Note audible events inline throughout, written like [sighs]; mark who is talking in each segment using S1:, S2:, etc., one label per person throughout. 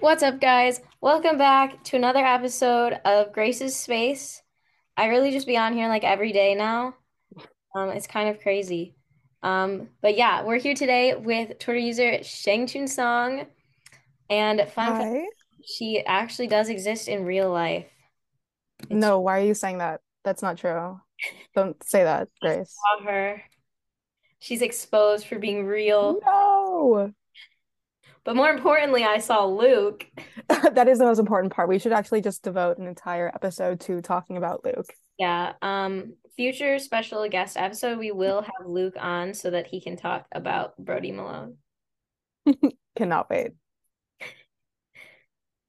S1: What's up, guys? Welcome back to another episode of Grace's Space. I really just be on here like every day now. Um, it's kind of crazy. Um, but yeah, we're here today with Twitter user Shang Chun Song. And fun fact,
S2: Hi.
S1: she actually does exist in real life. It's-
S2: No, why are you saying that? That's not true. Don't say that, Grace.
S1: Saw her. She's exposed for being real.
S2: No. [laughs]
S1: But more importantly, I saw Luke.
S2: that is the most important part. We should actually just devote an entire episode to talking about Luke.
S1: Yeah. Um, future special guest episode, we will have Luke on so that he can talk about Brody Malone.
S2: Cannot wait.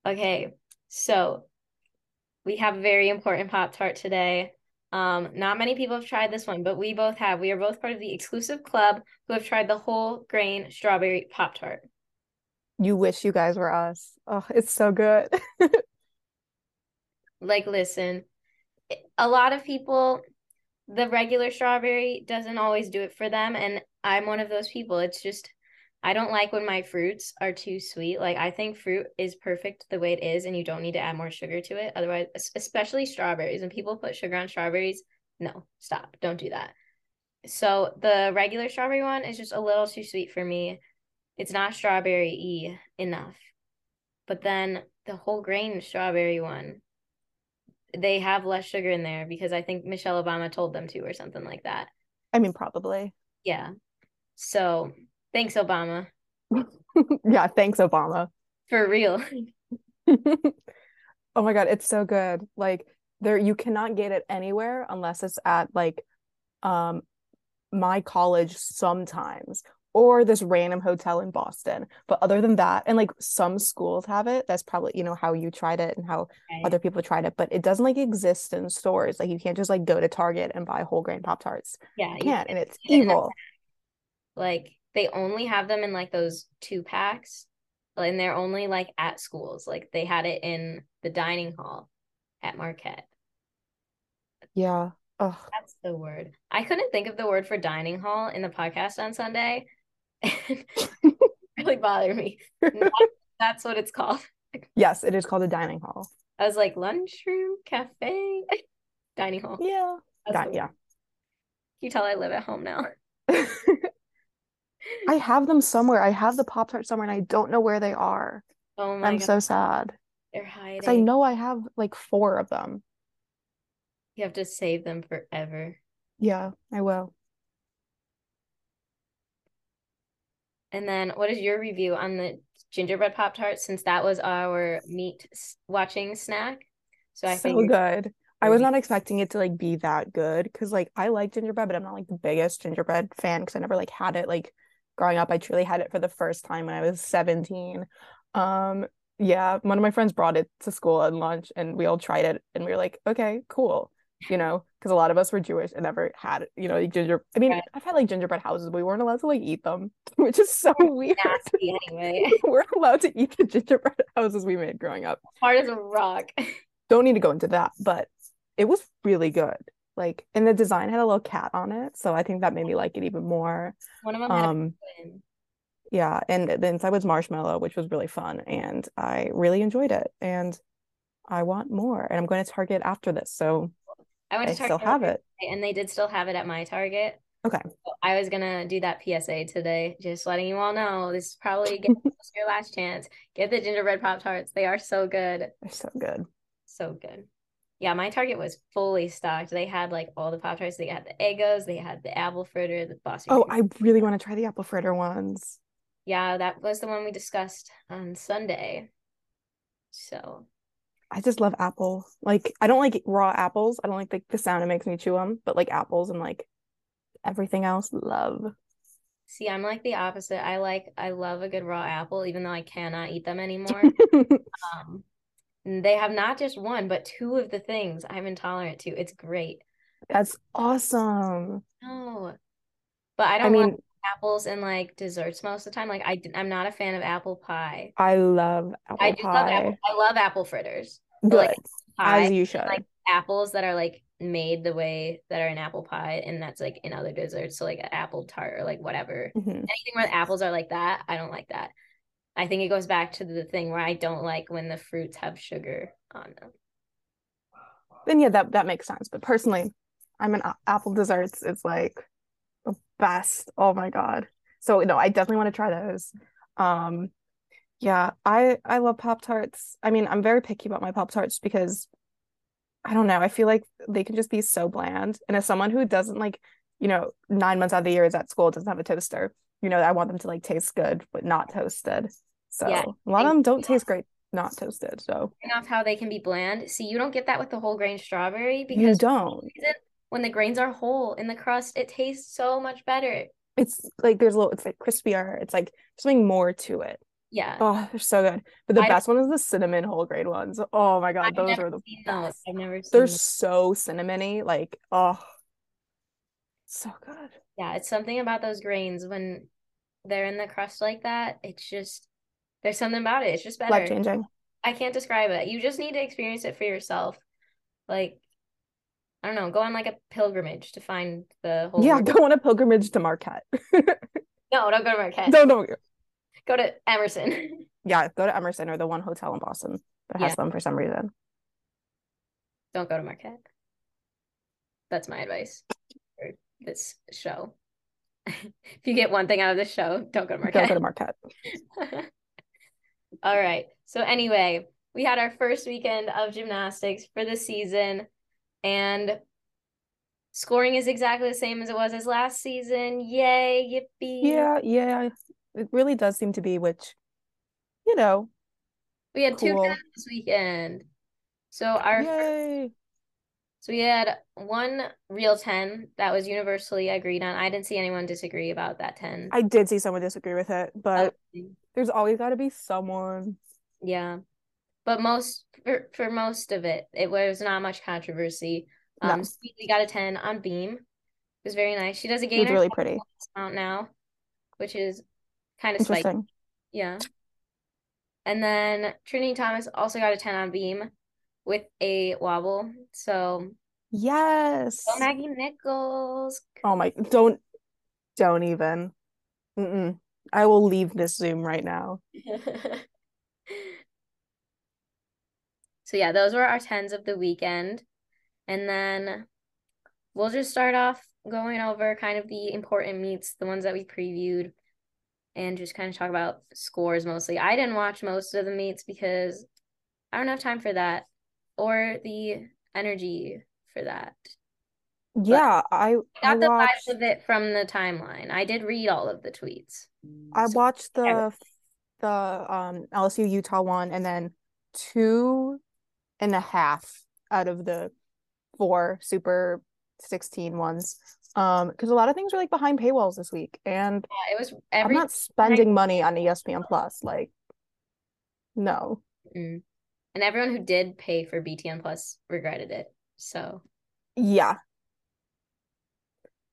S1: Okay, so we have a very important Pop Tart today. Um, not many people have tried this one, but we both have. We are both part of the exclusive club who have tried the whole grain strawberry Pop Tart.
S2: You wish you guys were us. Oh, it's so good. [laughs]
S1: Like, listen, it- a lot of people, the regular strawberry doesn't always do it for them, and I'm one of those people. It's just, I don't like when my fruits are too sweet. Like, I think fruit is perfect the way it is, and you don't need to add more sugar to it. Otherwise, es- especially strawberries, when people put sugar on strawberries, no, stop, don't do that. So the regular strawberry one is just a little too sweet for me. It's not strawberry y enough. But then the whole grain strawberry one, they have less sugar in there because I think Michelle Obama told them to or something like that.
S2: I mean, probably. [laughs]
S1: Yeah. So thanks, Obama.
S2: yeah, thanks, Obama.
S1: For real.
S2: oh my God, it's so good. Like there you cannot get it anywhere unless it's at like um my college sometimes or this random hotel in Boston. But other than that, and like some schools have it, that's probably, you know, how you tried it and how
S1: Okay.
S2: other people tried it, but it doesn't like exist in stores. Like you can't just like go to Target and buy whole grain Pop Tarts.
S1: Yeah.
S2: You
S1: you-
S2: can't, and it's
S1: and they're-
S2: evil.
S1: like they only have them in like those two packs and they're only like at schools. Like they had it in the dining hall at Marquette.
S2: Yeah. Ugh.
S1: That's the word. I couldn't think of the word for dining hall in the podcast on Sunday. [laughs] It really bothered me. That- That's what it's called.
S2: Yes, it is called a dining hall.
S1: I was like, lunchroom, cafe, [laughs] dining hall.
S2: Yeah.
S1: That's
S2: Di-
S1: the
S2: yeah.
S1: word. You tell I live at home now.
S2: [laughs] I have them somewhere. I have the Pop Tart somewhere and I don't know where they are.
S1: Oh my
S2: I'm
S1: God,
S2: so sad.
S1: they're
S2: Because I
S1: hiding.
S2: know I have like four of them.
S1: You have to save them forever.
S2: Yeah, I will.
S1: And then, what is your review on the gingerbread Pop Tart since that was our meat s- watching snack? So I
S2: so
S1: figured
S2: good. I was
S1: review-
S2: not expecting it to like be that good because like I like gingerbread, but I'm not like the biggest gingerbread fan because I never like had it like growing up. I truly had it for the first time when I was 17. Um, yeah, one of my friends brought it to school at lunch and we all tried it and we were like, okay, cool. You know, because a lot of us were Jewish and never had, you know, like ginger. I mean,
S1: Right.
S2: I've had like gingerbread houses, but we weren't allowed to like eat them, [laughs] which
S1: [laughs]
S2: is so weird.
S1: nasty anyway.
S2: [laughs] We're allowed to eat the gingerbread [laughs] houses we made growing up
S1: Hard as a rock. [laughs]
S2: don't need to go into that, but it was really good. Like, and the design had a little cat on it, so I think that made me like it even more.
S1: One of them had a
S2: Um,
S1: twin.
S2: yeah, and the inside was marshmallow, which was really fun, and I really enjoyed it. And I want more, and I'm going to Target after this, so
S1: I went
S2: I
S1: to Target
S2: still have
S1: earlier
S2: it.
S1: today, and they did still have it at my Target.
S2: Okay.
S1: So I was gonna do that PSA today, just letting you all know this is
S2: [laughs]
S1: probably get, this is your last chance. Get the gingerbread Pop Tarts. They are so good.
S2: They're so good.
S1: So good. Yeah, my Target was fully stocked. They had like all the Pop Tarts. They had the Eggos, they had the apple fritter, the Boston
S2: Oh,
S1: cream.
S2: I really want to try the apple fritter ones.
S1: Yeah, that was the one we discussed on Sunday. So
S2: I just love apple. Like, I don't like raw apples. I don't like the, the sound it makes me chew them, but like apples and like everything else, love. [laughs]
S1: see, I'm like the opposite. I like I love a good raw apple, even though I cannot eat them anymore. Um, and they have not just one, but two of the things I'm intolerant to. It's great.
S2: That's awesome.
S1: No, but I
S2: I
S1: don't want
S2: mean,
S1: apples in like desserts most of the time. Like I, d- I'm not a fan of apple pie.
S2: I love
S1: I
S2: apple
S1: do love apple.
S2: pie.
S1: I love apple fritters, but
S2: Good,
S1: like pie,
S2: as you should.
S1: like apples that are like made the way that are in apple pie, and that's like in other desserts. So like an apple tart or like whatever,
S2: Mhm.
S1: anything where the apples are like that, I don't like that. I think it goes back to the thing where I don't like when the fruits have sugar on them.
S2: Then yeah, that that makes sense. But personally, I'm an a- apple desserts. It's like the best. Oh my god. So no, I definitely want to try those. Um, yeah, I I love Pop Tarts. I mean, I'm very picky about my Pop Tarts because I don't know. I feel like they can just be so bland. And as someone who doesn't like, you know, nine months out of the year is at school, doesn't have a toaster, you know, I want them to like taste good but not toasted. So
S1: Yeah,
S2: a lot of
S1: I-
S2: them don't taste great not toasted. So
S1: Enough how they can be bland. See, you don't get that with the whole grain strawberry
S2: you
S1: because
S2: don't.
S1: when the grains are whole in the crust, it tastes so much better.
S2: It's like there's a little. It's like crispier. It's like something more to it.
S1: Yeah.
S2: Oh, they're so good. But the
S1: I-
S2: best one is the cinnamon whole grain ones. Oh my god,
S1: I've
S2: those
S1: never
S2: are the
S1: seen those.
S2: best.
S1: I've never seen
S2: They're
S1: those.
S2: so cinnamony. Like oh, so good.
S1: Yeah, it's something about those grains when they're in the crust like that. It's just there's something about it. It's just better.
S2: Life changing.
S1: I can't describe it. You just need to experience it for yourself. Like I don't know, go on like a pilgrimage to find the whole
S2: Yeah, go on a pilgrimage to Marquette.
S1: No, don't go to
S2: [laughs]
S1: Marquette.
S2: no, no.
S1: Go to Emerson. [laughs]
S2: Yeah, go to Emerson or the one hotel in Boston that has
S1: Yeah.
S2: them for some reason.
S1: don't go to Marquette. That's my advice for this show. [laughs] if you get one thing out of this show, don't go to Marquette.
S2: Don't go
S1: [laughs]
S2: to Marquette.
S1: All right. So anyway, we had our first weekend of gymnastics for the season and scoring is exactly the same as it was as last season. Yay, yippee.
S2: Yeah, yeah. It really does seem to be, which, you know,
S1: We had two
S2: Cool.
S1: tests this weekend. So our
S2: yay.
S1: so we had one real 10 that was universally agreed on. I didn't see anyone disagree about that 10.
S2: I did see someone disagree with it,
S1: Uh,
S2: but there's always got to be someone.
S1: Yeah. But most for, for most of it, it was not much controversy.
S2: No.
S1: Um Sweet Lee got a 10 on beam. It was very nice. She does a
S2: It's
S1: gainer
S2: really pretty.
S1: out now, which is kind of spiky.
S2: Interesting.
S1: Yeah. And then Trinity Thomas also got a 10 on beam with a wobble. So
S2: Yes.
S1: go Maggie Nichols.
S2: Oh my, don't, don't even. Mm-mm. I will leave this Zoom right now.
S1: [laughs] so yeah, those were our tens of the weekend. And then we'll just start off going over kind of the important meets, the ones that we previewed, and just kind of talk about scores mostly. I didn't watch most of the meets because I don't have time for that or the energy for that.
S2: Yeah, I,
S1: I
S2: I
S1: got the
S2: watched,
S1: vibe of it from the timeline. I did read all of the tweets.
S2: I
S1: so-
S2: watched
S1: Yeah.
S2: the, the um LSU Utah one and then two and a half out of the four Super 16 ones. Um, because a lot of things were like behind paywalls this week, and
S1: Yeah, it was
S2: I'm
S1: every
S2: not spending money on E ESPN Plus. Like, no.
S1: Mm. and everyone who did pay for BTN Plus regretted it.
S2: [laughs]
S1: So
S2: Yeah.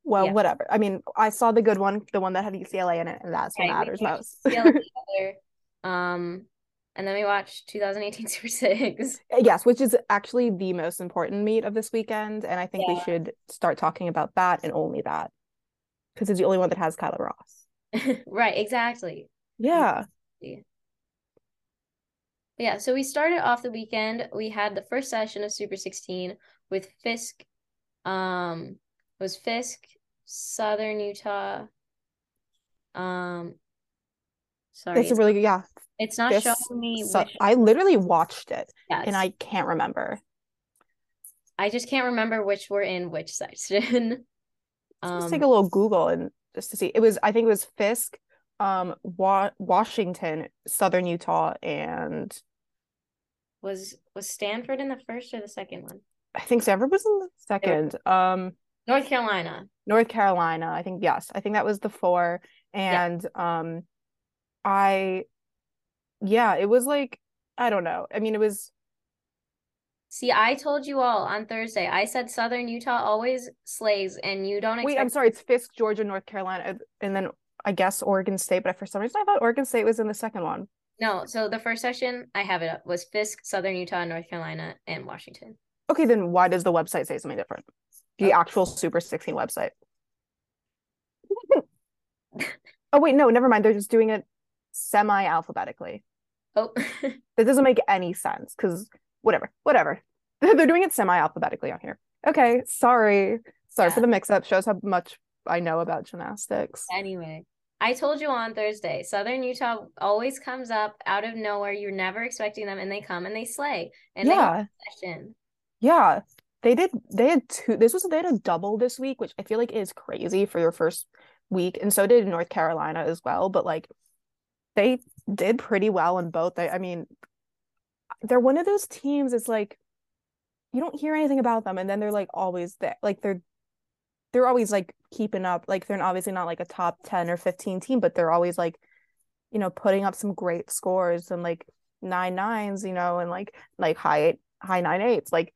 S2: Well,
S1: Yeah.
S2: whatever. I mean, I saw the good one, the one that had UCLA in it, and that's what
S1: Right, we
S2: matters
S1: watched
S2: most. [laughs]
S1: the other, um, and then we watched 2018 [laughs] Super Six.
S2: Yes, which is actually the most important meet of this weekend, and I think we should start talking about that and only that, because it's the only one that has Kyla Ross.
S1: Right, exactly.
S2: Yeah.
S1: Yeah, so we started off the weekend. We had the first session of Super 16 with Fisk. Um, it was Fisk, Southern Utah. Um, sorry,
S2: That's a
S1: it's,
S2: really good. Yeah.
S1: it's not
S2: Fisk,
S1: showing me
S2: So
S1: which
S2: I literally watched it
S1: sets.
S2: and I can't remember.
S1: I just can't remember which were in which section.
S2: Let's
S1: Um,
S2: take a little Google and just to see. It was I think it was Fisk, um, Wa- Washington, Southern Utah, and
S1: was was Stanford in the first or the second one?
S2: I think Stanford was in the second. Um,
S1: North Carolina.
S2: North Carolina. I think yes. I think that was the four.
S1: Yeah.
S2: And um, I, yeah, it was like I don't know. I mean, it was
S1: See, I told you all on Thursday. I said Southern Utah always slays, and you don't
S2: wait.
S1: expect.
S2: I'm sorry. It's Fisk, Georgia, North Carolina, and then I guess Oregon State. But for some reason, I thought Oregon State was in the second one.
S1: No, so the first session I have it up was Fisk, Southern Utah, North Carolina, and Washington.
S2: Okay, then why does the website say something different? The
S1: Oh.
S2: actual Super 16 [laughs] website. oh wait, no, never mind. They're just doing it semi alphabetically.
S1: Oh, [laughs]
S2: That doesn't make any sense because whatever, whatever. [laughs] They're doing it semi alphabetically on here. Okay, sorry. Sorry
S1: Yeah.
S2: for the mix up. Shows how much I know about gymnastics.
S1: anyway. I told you on Thursday, Southern Utah always comes up out of nowhere. You're never expecting them, and they come and they slay. And they
S2: yeah,
S1: session.
S2: yeah. They did, they had two. This was, they had a double this week, which I feel like is crazy for your first week. And so did North Carolina as well. But like, they did pretty well in both. They, I mean, they're one of those teams. It's like you don't hear anything about them, and then they're like always there. Like they're they're always like keeping up. Like they're obviously not like a top ten or fifteen team, but they're always like you know putting up some great scores and like nine nines, you know, and like like high eight, high nine eights. Like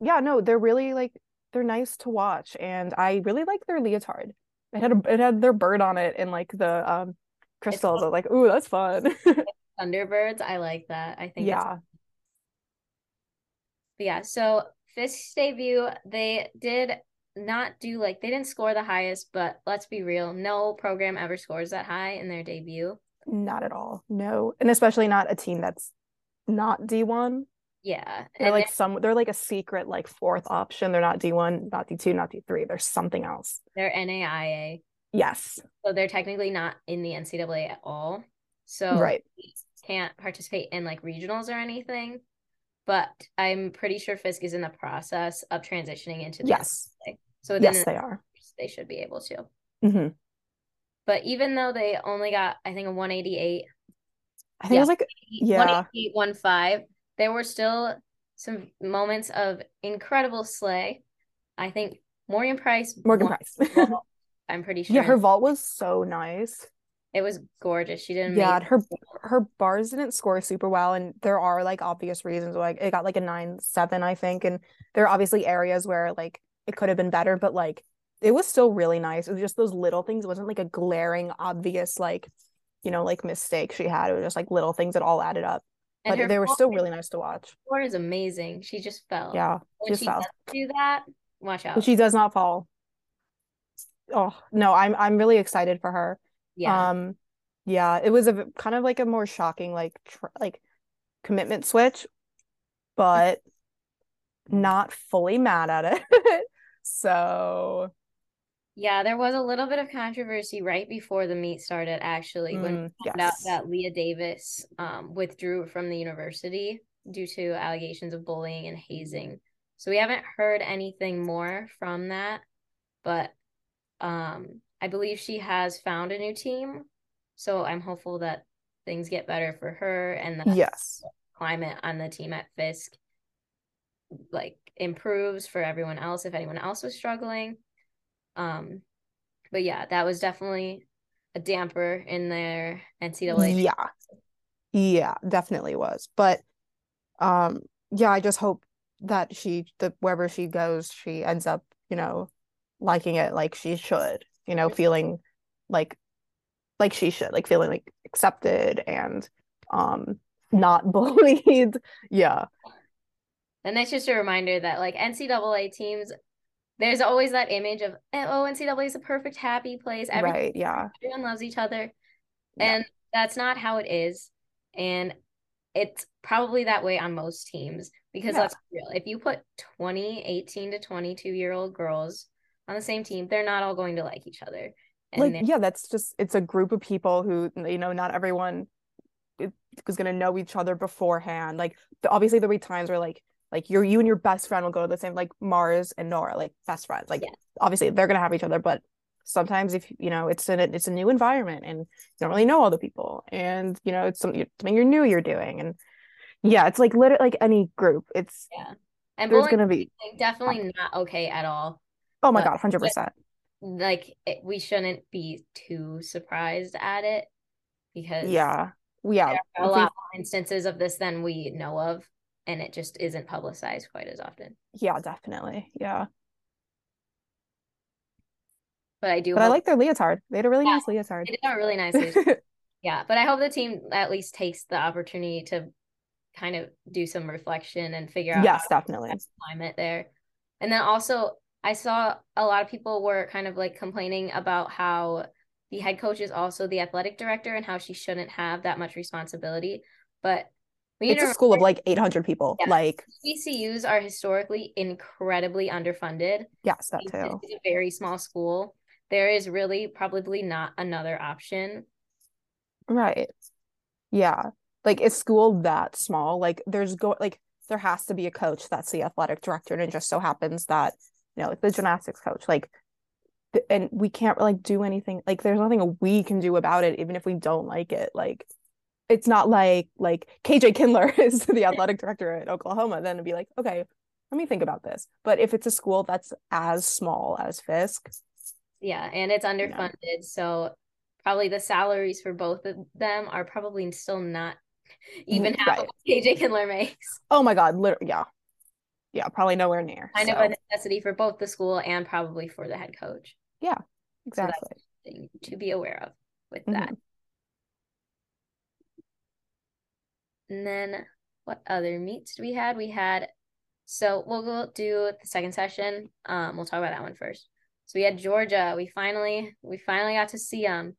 S2: yeah, no, they're really like they're nice to watch, and I really like their leotard. It had a, it had their bird on it and like the um crystals. I was like, ooh, that's [laughs] fun.
S1: Thunderbirds. I like that. I think it's
S2: yeah.
S1: But yeah, so Fisk's debut, they did not do like they didn't score the highest, but let's be real, no program ever scores that high in their debut.
S2: Not at all. No. And especially not a team that's not D1.
S1: Yeah.
S2: They're
S1: and
S2: like some they're like a secret like fourth option. They're not D1, not D2, not D3. They're something else.
S1: they're, they're NAIA.
S2: Yes.
S1: So they're technically not in the NCAA at all. So
S2: Right.
S1: they can't participate in like regionals or anything. But I'm pretty sure Fisk is in the process of transitioning into the
S2: Yes.
S1: NCAA. So within
S2: Yes,
S1: the,
S2: they are.
S1: they should be able to.
S2: hmm
S1: But even though they only got, I think, a 188
S2: I think it was like Yeah.
S1: 188.15. There were still some moments of incredible slay. I think Morgan Price.
S2: Morgan
S1: won
S2: Price. [laughs]
S1: the vault, I'm pretty sure
S2: yeah, her vault was so nice.
S1: it was gorgeous. She didn't.
S2: Yeah, her her bars didn't score super well, and there are like obvious reasons. Like it got like a nine seven, I think, and there are obviously areas where like it could have been better, but like it was still really nice. It was just those little things. It wasn't like a glaring, obvious like you know like mistake she had. It was just like little things that all added up, but they were still really nice to watch.
S1: Score is amazing. She just fell.
S2: Yeah,
S1: when
S2: just
S1: she
S2: fell.
S1: doesn't do that, watch out.
S2: but she does not fall. Oh no, I'm I'm really excited for her.
S1: yeah,
S2: Um, yeah, it was a v- kind of like a more shocking like tr like commitment switch,
S1: Mm.
S2: but not fully mad at it. [laughs] So,
S1: yeah. There was a little bit of controversy right before the meet started. Actually, when
S2: mm,
S1: we found out
S2: yes.
S1: that Leah Davis um, withdrew from the university due to allegations of bullying and hazing. So we haven't heard anything more from that, but um, I believe she has found a new team. So I'm hopeful that things get better for her and the
S2: Yes.
S1: climate on the team at Fisk like improves for everyone else if anyone else was struggling. Um, but yeah, that was definitely a damper in their NCAA.
S2: Yeah. Yeah, definitely was. But um yeah, I just hope that she that wherever she goes, she ends up, you know, liking it like she should, you know, feeling like like she should, like feeling like accepted and um not [laughs] bullied. Yeah.
S1: And that's just a reminder that like NCAA teams, there's always that image of oh NCAA is a perfect happy place. Every,
S2: Right. Yeah.
S1: Everyone loves each other,
S2: Yeah.
S1: and that's not how it is. And it's probably that way on most teams because
S2: Yeah.
S1: let's be real. If you put 20, 18 to 22 year old girls on the same team, they're not all going to like each other. And
S2: Like
S1: they're-
S2: yeah, that's just it's a group of people who you know, not everyone i- is gonna know each other beforehand. Like the, obviously there'll be times where like like your you and your best friend will go to the same like Mars and Nora like best friends. Like
S1: Yeah.
S2: obviously they're gonna have each other, but sometimes if you know it's in a, it's a new environment and you don't really know all the people, and you know it's something something you're new you're doing, and yeah, it's like literally like any group. It's
S1: and
S2: there's
S1: bullying
S2: gonna be
S1: is definitely not okay at all.
S2: oh my
S1: but-
S2: god, hundred percent.
S1: Like it, we shouldn't be too surprised at it because
S2: Yeah, yeah.
S1: there are a
S2: If we
S1: lot more instances of this than we know of, and it just isn't publicized quite as often.
S2: Yeah, definitely. Yeah.
S1: But I do
S2: But I
S1: hope
S2: like their leotard. They had a really
S1: Yeah,
S2: nice leotard.
S1: they did that really
S2: [laughs]
S1: nicely. yeah, but I hope the team at least takes the opportunity to kind of do some reflection and figure out
S2: Yes,
S1: how
S2: definitely.
S1: affects climate there. And then also, I saw a lot of people were kind of like complaining about how the head coach is also the athletic director and how she shouldn't have that much responsibility. But we need
S2: It's
S1: to
S2: a school of
S1: remember
S2: like 800 people.
S1: Yeah.
S2: Like,
S1: VCUs are historically incredibly underfunded.
S2: yes, that
S1: This
S2: too.
S1: is a very small school. There is really probably not another option.
S2: Right. Yeah. Like is school that small? Like there's go like there has to be a coach that's the athletic director and it just so happens that you know like the gymnastics coach like th- and we can't like do anything like there's nothing we can do about it even if we don't like it like it's not like like KJ Kindler [laughs] is the athletic director at Oklahoma then it'd be like okay let me think about this but if it's a school that's as small as Fisk
S1: Yeah, and it's underfunded. So probably the salaries for both of them are probably still not even half of
S2: Mm-hmm, right.
S1: what KJ Kindler makes.
S2: oh my god literally yeah yeah probably nowhere near
S1: Kind of
S2: so,
S1: a necessity for both the school and probably for the head coach. So that's
S2: exactly
S1: something to be aware of with
S2: Mhm.
S1: that. And then what other meets do we had? We had so we'll go do the second session. Um, we'll talk about that one first. So we had Georgia. We finally we finally got to see them,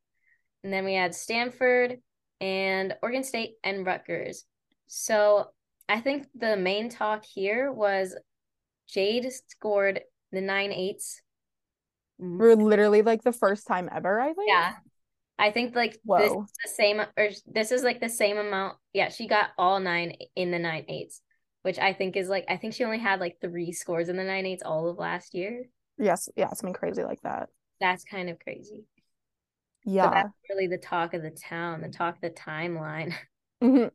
S1: and then we had Stanford and Oregon State and Rutgers. So I think the main talk here was Jade scored the nine eights.
S2: We're literally like the first time ever, I think.
S1: Yeah, I think like this
S2: Whoa.
S1: the same or this is like the same amount. Yeah, she got all nine in the nine eights, which I think is like I think she only had like three scores in the nine eights all of last year.
S2: Yes. Yeah. Something crazy like that.
S1: That's kind of crazy. But
S2: Yeah.
S1: that's really the talk of the town, the talk of the timeline. [laughs]
S2: Mhm.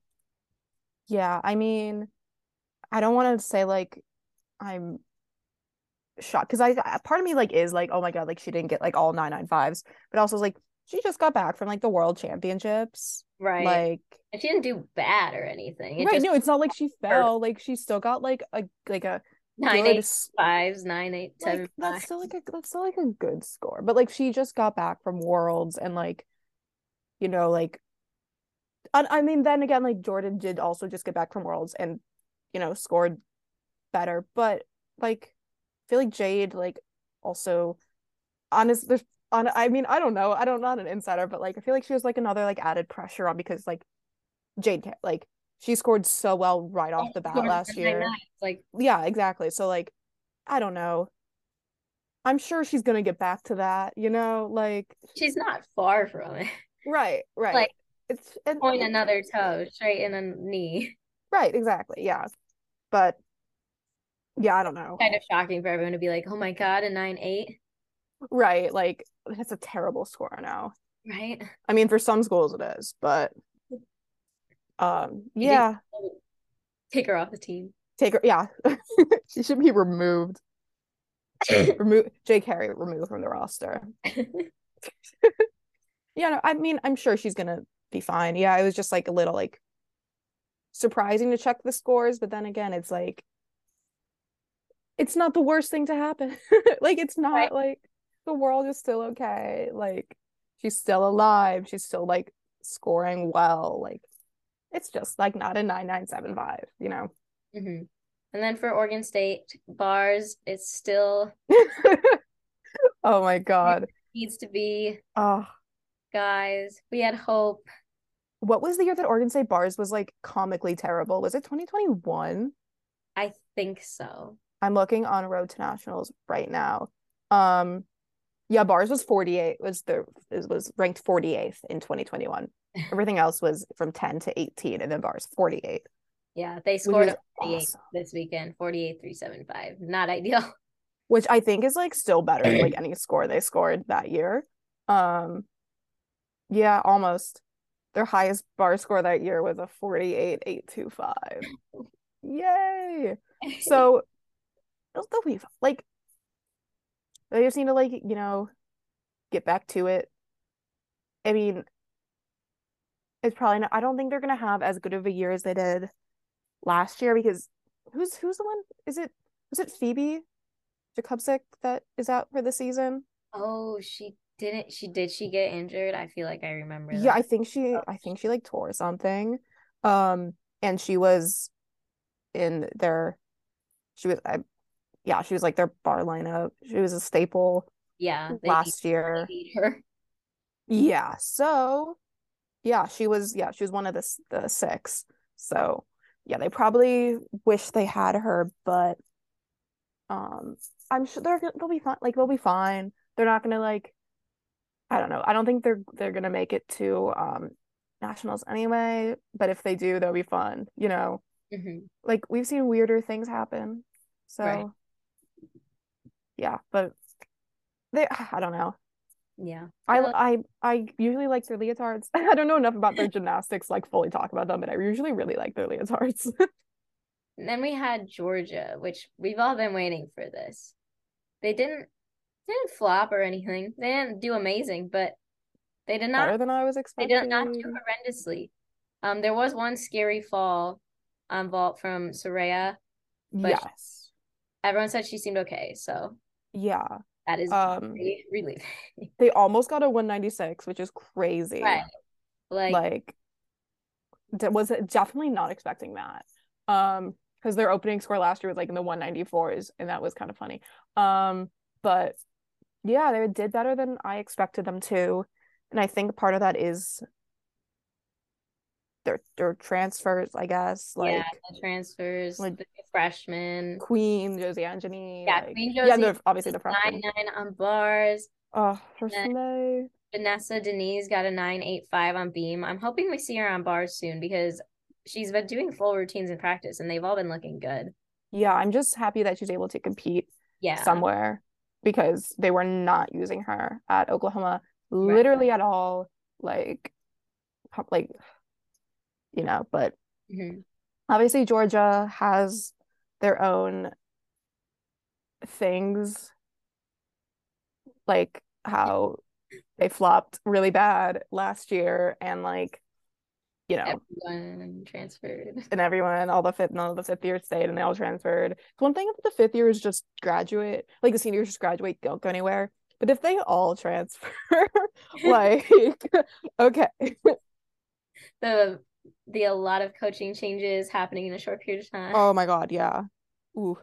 S2: Yeah. I mean, I don't want to say like I'm shocked because I, I- part of me like is like, oh my God, like she didn't get like all 995s, but also is like, she just got back from like the world championships.
S1: Right.
S2: Like,
S1: and she didn't do bad or anything. It
S2: right.
S1: just
S2: No, it's not like she fell. Like, she still got like a, like a,
S1: nine
S2: good
S1: eight
S2: s-
S1: fives, nine eight seven
S2: like that's
S1: five.
S2: still like a that's still like a good score. But like she just got back from Worlds and like you know like I, I mean then again like Jordan did also just get back from Worlds and you know scored better, but like I feel like Jade like also honest there's on I mean I don't know I don't not an insider but like I feel like she was like another like added pressure on because like Jade ca- like she scored so well right off the bat
S1: Scored nine
S2: last year
S1: nines, Like
S2: yeah exactly so like i don't know i'm sure she's gonna get back to that you know like
S1: she's not far from it. [laughs]
S2: right right
S1: Like,
S2: it's and,
S1: Point another toe, straighten a knee.
S2: right exactly yeah but yeah i don't know
S1: Kind of shocking for everyone to be like, oh my god, a nine eight,
S2: right like that's a terrible score now
S1: right?
S2: i mean for some schools it is but um
S1: think-
S2: yeah
S1: Take her off the
S2: [clears throat]
S1: team.
S2: take her yeah [laughs] she should be removed
S1: Mm-hmm.
S2: remove jake harry removed from the roster Yeah, no, I mean, I'm sure she's gonna be fine. Yeah, it was just like a little like surprising to check the scores, but then again, it's like it's not the worst thing to happen. [laughs] like it's not
S1: Right.
S2: like the world is still okay. Like she's still alive. She's still like scoring well. Like it's just like not a 9975, you know.
S1: hmm And then for Oregon State bars, it's still
S2: oh my god.
S1: needs to be
S2: Oh,
S1: guys. We had hope.
S2: what was the year that Oregon State bars was like comically terrible? Was it 2021?
S1: I think so.
S2: I'm looking on Road to Nationals right now. Um, yeah, bars was 48 was the is- was ranked 48th
S1: [laughs]
S2: in 2021. Everything else was from 10 to 18, and then bars 48.
S1: Yeah, they
S2: Which
S1: scored
S2: is
S1: a 48
S2: awesome.
S1: this weekend, 48 375. Not ideal. [laughs]
S2: Which I think is like still better than like any score they scored that year. Um, yeah, almost. Their highest bar score that year was a
S1: [laughs]
S2: 48.825. Yay! [laughs] So they'll, they'll be fi- like they just need to like you know get back to it. I mean, it's probably not. I don't think they're gonna have as good of a year as they did last year because who's who's the one? Is it was it Phoebe Jakubczyk that is out for the season?
S1: oh, she didn't. She did. She get injured. I feel like I remember.
S2: Yeah,
S1: that.
S2: I think she I think she like tore something, um, and she was in their she was I, yeah she was like their bar lineup. She was a staple
S1: yeah. They
S2: last year.
S1: need her.
S2: Yeah. So, yeah, she was yeah, she was one of the s- the six. So, yeah, they probably wish they had her, but um I'm sure they're they'll be fine. Like they'll be fine. They're not gonna like I don't know. I don't think they're they're gonna make it to um nationals anyway. But if they do, that'll be fun. You know,
S1: Mhm.
S2: like we've seen weirder things happen. So
S1: Right.
S2: yeah, but they [sighs] I don't know.
S1: Yeah.
S2: I
S1: Well,
S2: I I usually like their leotards. [laughs] I don't know enough about their gymnastics like fully talk about them, but I usually really like their leotards.
S1: and then we had Georgia, which we've all been waiting for this. They didn't they didn't flop or anything. They didn't do amazing, but they did not
S2: Better than I was
S1: They
S2: expecting.
S1: did not do horrendously. Um, there was one scary fall um vault from Soraya. but-
S2: yes.
S1: Everyone said she seemed okay, so
S2: Yeah.
S1: that is
S2: Um
S1: really relieving.
S2: they almost got a 196, which is crazy.
S1: Right. Like,
S2: Like de- was definitely not expecting that. Um because their opening score last year was like in the 194s and that was kind of funny. Um but yeah, they did better than I expected them to. And I think part of that is their their transfers, I guess, like
S1: yeah, the transfers,
S2: like-
S1: the freshmen.
S2: Queen, Josie Anjani.
S1: Yeah,
S2: like-
S1: Queen
S2: yeah, and
S1: Josie
S2: the- obviously the
S1: nine
S2: freshman.
S1: nine on bars.
S2: Oh, her
S1: then-
S2: Sunday.
S1: Vanessa Denise got a nine eight five on beam. I'm hoping we see her on bars soon because she's been doing full routines in practice and they've all been looking good.
S2: Yeah, I'm just happy that she's able to compete
S1: Yeah.
S2: somewhere because they were not using her at Oklahoma
S1: Right.
S2: literally at all. Like, pu- like, you know, but
S1: Mhm.
S2: obviously Georgia has their own things, like how they flopped really bad last year and like, you know,
S1: Everyone transferred. [laughs]
S2: and everyone, all the fifth, none of the fifth years stayed, and they all transferred. It's one thing if the fifth years just graduate, like the seniors just graduate, don't go anywhere. But if they all transfer, [laughs] like, okay,
S1: the the a lot of coaching changes happening in a short period of time.
S2: oh my god, yeah, ooh,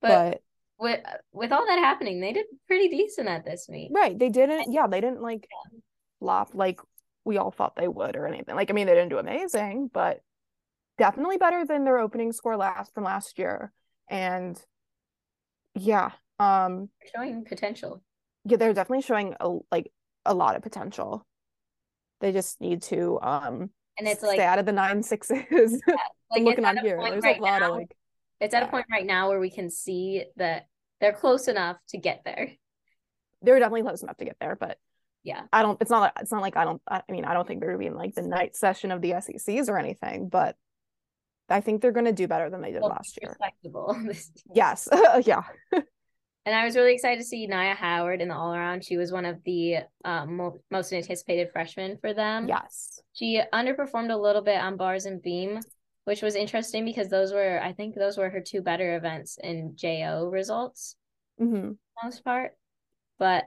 S1: but
S2: but
S1: with with all that happening, they did pretty decent at this meet.
S2: right, they didn't, yeah, they didn't like flop like we all thought they would or anything. Like, I mean, they didn't do amazing, but definitely better than their opening score last from last year, and yeah, um,
S1: Showing potential.
S2: yeah they're definitely showing a like a lot of potential they just need to um
S1: And it's
S2: stay
S1: like,
S2: out of the nine [laughs] sixes
S1: like
S2: looking
S1: it's at
S2: on
S1: a
S2: here
S1: point
S2: there's
S1: right
S2: a lot
S1: now-
S2: of like
S1: it's at a
S2: yeah.
S1: point right now where we can see that they're close enough to get there.
S2: they're definitely close enough to get there but
S1: Yeah.
S2: i don't it's not like it's not like i don't i I mean i don't think they're gonna be in like the night session of the sec's or anything but i think they're gonna do better than they did
S1: Well,
S2: last
S1: [laughs]
S2: year
S1: Respectable.
S2: yes [laughs] yeah
S1: and I was really excited to see Naya Howard in the all around. She was one of the um, mo- most anticipated freshmen for them.
S2: yes
S1: She underperformed a little bit on bars and beam, which was interesting because those were, I think, those were her two better events in JO results
S2: hmm
S1: for the most part. But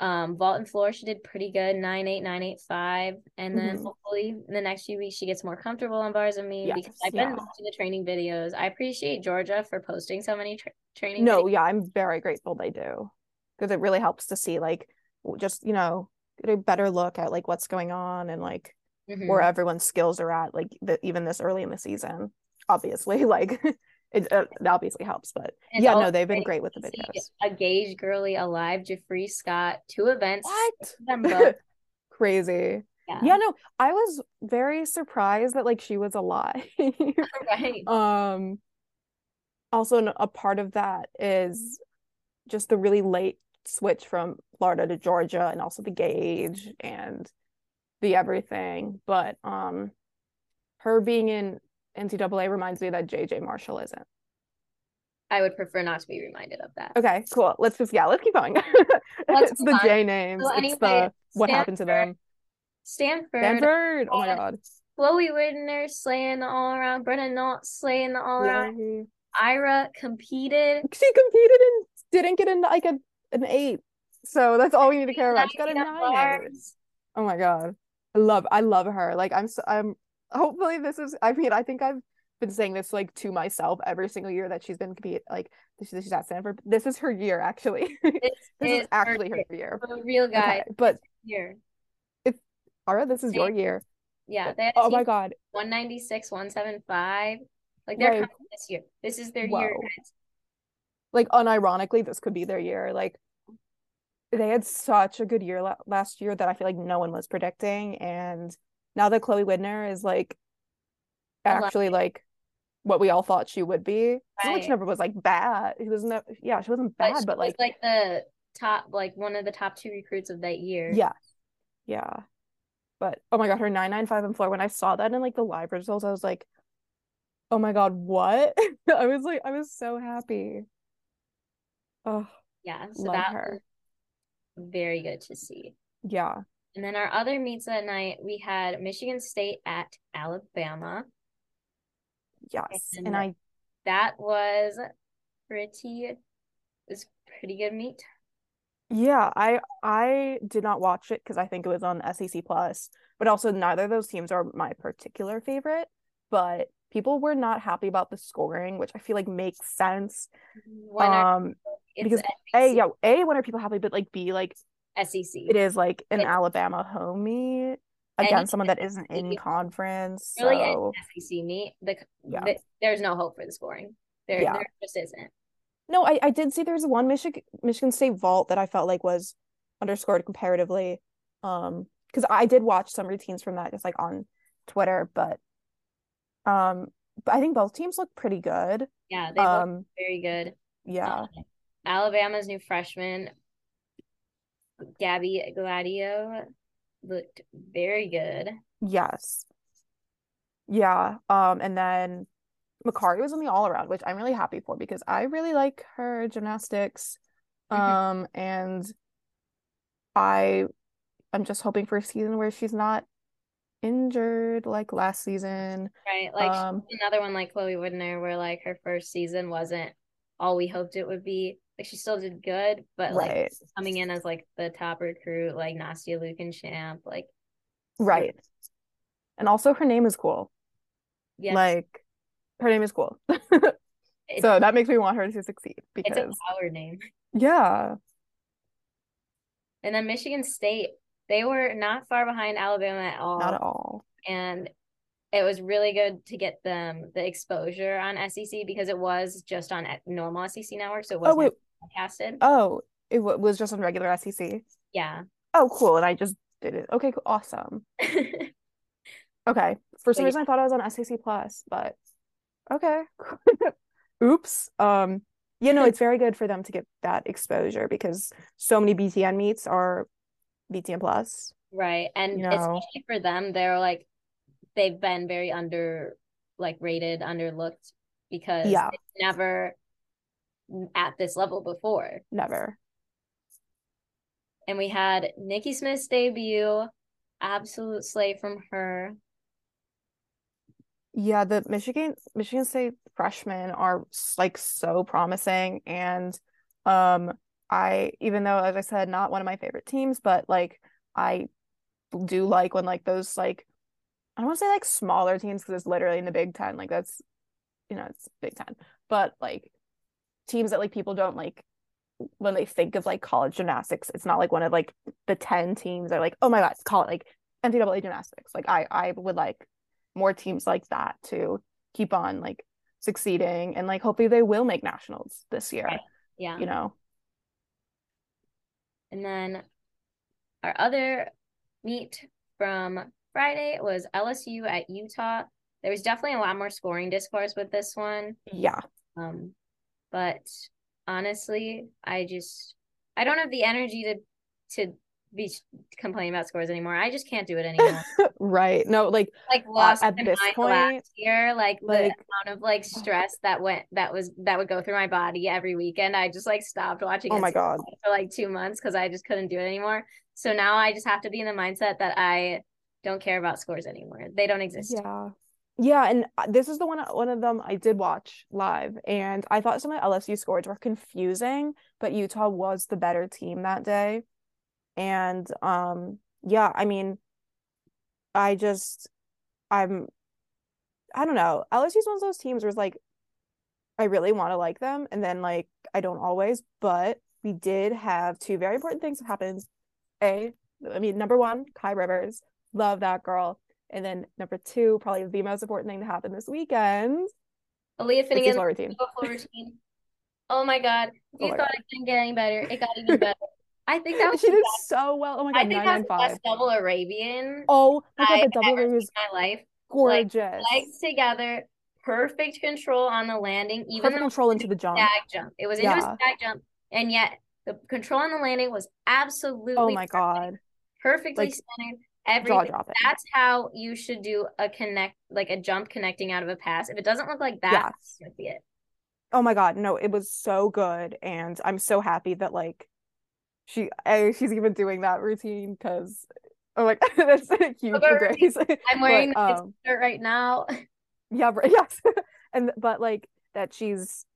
S1: um, vault and floor, she did pretty good nine eight nine eight five, and then
S2: Mhm.
S1: hopefully in the next few weeks she gets more comfortable on bars and beam because
S2: Yes,
S1: I've been
S2: yeah.
S1: watching the training videos. I appreciate Georgia for posting so many tra- training.
S2: no
S1: videos.
S2: yeah i'm very grateful they do because it really helps to see like w- just you know get a better look at like what's going on and like
S1: Mhm.
S2: where everyone's skills are at like the, even this early in the season obviously [laughs] like it, uh, that obviously helps but
S1: And it's
S2: yeah no
S1: always
S2: they've been
S1: great
S2: great with the
S1: to see
S2: videos
S1: A Gage Gurley alive, Jafree Scott, two events.
S2: what
S1: Them
S2: [laughs]
S1: both.
S2: crazy
S1: Yeah.
S2: yeah no i was very surprised that like she was alive [laughs]
S1: Right.
S2: um also n- a part of that is just the really late switch from Florida to Georgia and also the gauge and the everything. But um her being in NCAA reminds me that JJ Marshall isn't.
S1: I would prefer not to be reminded of that.
S2: Okay, cool. Let's just yeah, let's keep going. [laughs]
S1: Let's
S2: it's
S1: move
S2: the
S1: on.
S2: J names.
S1: So
S2: it's
S1: anyway,
S2: the what happened to
S1: Stanford-
S2: them.
S1: Stanford,
S2: Stanford. Oh my
S1: and
S2: god.
S1: Chloe Widner slaying the all around, Brenna Knott slaying the all around,
S2: Yay.
S1: Ira competed.
S2: She competed and didn't get in like a an eight. So that's all we need to care about. She got a
S1: United
S2: nine. average.
S1: Bars.
S2: Oh my God. I love I love her. Like I'm so, I'm hopefully this is I mean I think I've been saying this like to myself every single year that she's been compete like this- she's at Stanford. This is her year actually. [laughs] This
S1: This
S2: is
S1: is
S2: actually her
S1: perfect.
S2: year. Oh
S1: For real guy.
S2: Okay, but
S1: year.
S2: Ara, this is your
S1: Same.
S2: year.
S1: Yeah, they had
S2: Oh my god.
S1: 196, 175. Like they're
S2: Like-
S1: coming this year. This is their year.
S2: Whoa. Like unironically, this could be their year. Like they had such a good year la- last year that I feel like no one was predicting. And now that Chloe Widner is like
S1: I love
S2: actually like what we all thought she would be. So Which
S1: Right.
S2: never was like bad. It was no yeah, she wasn't bad,
S1: she
S2: but
S1: was,
S2: like
S1: like the top, like one of the top two recruits of that year.
S2: Yeah. Yeah. But oh my god, her 995 and floor when I saw that in like the live results, I was like, "Oh my god, what?" [laughs] I was like I was so happy. Oh,
S1: Yeah. So
S2: Love
S1: that
S2: her.
S1: was very good to see.
S2: yeah.
S1: And then our other meets that night, we had Michigan State at Alabama.
S2: Yes. And
S1: And-
S2: I
S1: That was pretty it was pretty good meet.
S2: yeah, I I did not watch it cuz I think it was on SEC Plus, but also neither of those teams are my particular favorite, but people were not happy about the scoring, which I feel like makes sense.
S1: When our-
S2: um
S1: it's
S2: because A, yeah, A, when are people happy, but like B, like
S1: SEC.
S2: it is like an
S1: It-
S2: Alabama home meet
S1: Any-
S2: against someone that isn't in
S1: Really,
S2: conference.
S1: Really, any
S2: So
S1: SEC meet. The,
S2: Yeah.
S1: the- there's no hope for the scoring. There,
S2: Yeah.
S1: there just isn't.
S2: no, I, I did see there's one Michigan Michigan State vault that I felt like was underscored comparatively. Um, because I did watch some routines from that just like on Twitter, but um, but I think both teams look pretty good.
S1: Yeah, they look
S2: Um,
S1: very good.
S2: yeah,
S1: Um, Alabama's new freshman, Gabby Gladio, looked very good.
S2: yes, yeah. Um, and then Makari was in the all around, which I'm really happy for because I really like her gymnastics.
S1: Mhm.
S2: Um, and I I'm just hoping for a season where she's not injured like last season.
S1: Right. Like she's
S2: um,
S1: another one like Chloe Woodner, where like her first season wasn't all we hoped it would be. Like she still did good, but like
S2: right.
S1: coming in as like the top recruit, like Nastia Lukinchamp, like
S2: Right. And also her name is cool.
S1: yes,
S2: Like her name is cool.
S1: it's,
S2: So that makes me want her to succeed
S1: it's a
S2: because
S1: power name.
S2: yeah.
S1: And then Michigan State, they were not far behind Alabama at all.
S2: Not at all.
S1: And it was really good to get them the exposure on SEC because it was just on a- normal SEC network, so it
S2: Oh
S1: wasn't
S2: wait.
S1: broadcasted.
S2: Oh, it w- was just on regular E SEC.
S1: Yeah. [laughs]
S2: Oh, cool. And I just did it. Okay, cool. awesome. Okay. For some
S1: yeah.
S2: reason I thought I was on SEC Plus, but okay. [laughs] Oops. Um, you know, it's very good for them to get that exposure because so many BTN meets are BTN Plus.
S1: Right. And
S2: You know.
S1: especially for them, they're like they've been very under like rated, underlooked because
S2: Yeah.
S1: it's never at this level before.
S2: Never.
S1: And we had Nikki Smith's debut, absolute slay from her.
S2: Yeah, the Michigan Michigan State freshmen are s- like so promising and um I even though as I said not one of my favorite teams but like I do like when like those like I don't want to say like smaller teams because it's literally in the Big 10 like that's you know it's Big 10 but like teams that like people don't like when they think of like college gymnastics it's not like one of like the 10 teams that are like oh my god it's called like NCAA gymnastics like I I would like more teams like that to keep on like succeeding and like hopefully they will make nationals this year
S1: Right. Yeah.
S2: you know
S1: And then our other meet from Friday was LSU at Utah. There was definitely a lot more scoring discourse with this one.
S2: yeah
S1: Um, but honestly, I just I don't have the energy to to be complaining about scores anymore. I just can't do it
S2: [laughs]
S1: anymore.
S2: right no like
S1: like lost
S2: at
S1: my
S2: this
S1: mind
S2: point,
S1: last year, like the
S2: like
S1: amount of like stress that went that was that would go through my body every weekend. I just like stopped watching.
S2: oh my
S1: NCAA
S2: god
S1: for like two months because I just couldn't do it anymore. So now I just have to be in the mindset that I don't care about scores anymore. They don't exist.
S2: yeah yeah and uh, this is the one one of them i did watch live and i thought some of the lsu scores were confusing but utah was the better team that day and um yeah i mean i just i'm i don't know lsu's one of those teams where it's like i really want to like them and then like i don't always but we did have two very important things that happened a I mean, number one, Kai Rivers. Love that girl. And then number two, probably the most important thing to happen this weekend.
S1: Aaliyah
S2: the
S1: Finnegan
S2: floor routine.
S1: Go floor routine. Oh my god! If
S2: Oh
S1: you
S2: my
S1: thought it didn't get any better, it got even better. I think
S2: [laughs]
S1: that was.
S2: She
S1: the
S2: did
S1: best-
S2: so well. Oh my
S1: I
S2: god,
S1: think that
S2: nine
S1: was
S2: nine
S1: the
S2: five.
S1: best double Arabian
S2: Oh my god, the
S1: I've
S2: double
S1: ever
S2: ring
S1: seen [laughs]
S2: was
S1: in my life. like,
S2: gorgeous.
S1: Legs together, perfect control on the landing, even
S2: Perfect
S1: though
S2: control into the jump.
S1: stag jump. It was into a
S2: Yeah.
S1: stag jump, and yet the control on the landing was absolutely
S2: Oh my
S1: perfect,
S2: god,
S1: perfectly
S2: Like,
S1: centered.
S2: jaw
S1: Everything.
S2: dropping.
S1: That's how you should do a connect, like a jump connecting out of a pass. If it doesn't look like that,
S2: Yes.
S1: that's it.
S2: Oh my god, no, it was so good, and I'm so happy that like she a, she's even doing that routine because oh my [laughs] god, that's a huge
S1: about routine?
S2: grace.
S1: I'm wearing
S2: [laughs] but,
S1: the
S2: um,
S1: shirt right now. [laughs]
S2: yeah, right, [laughs] yes, and but like that she's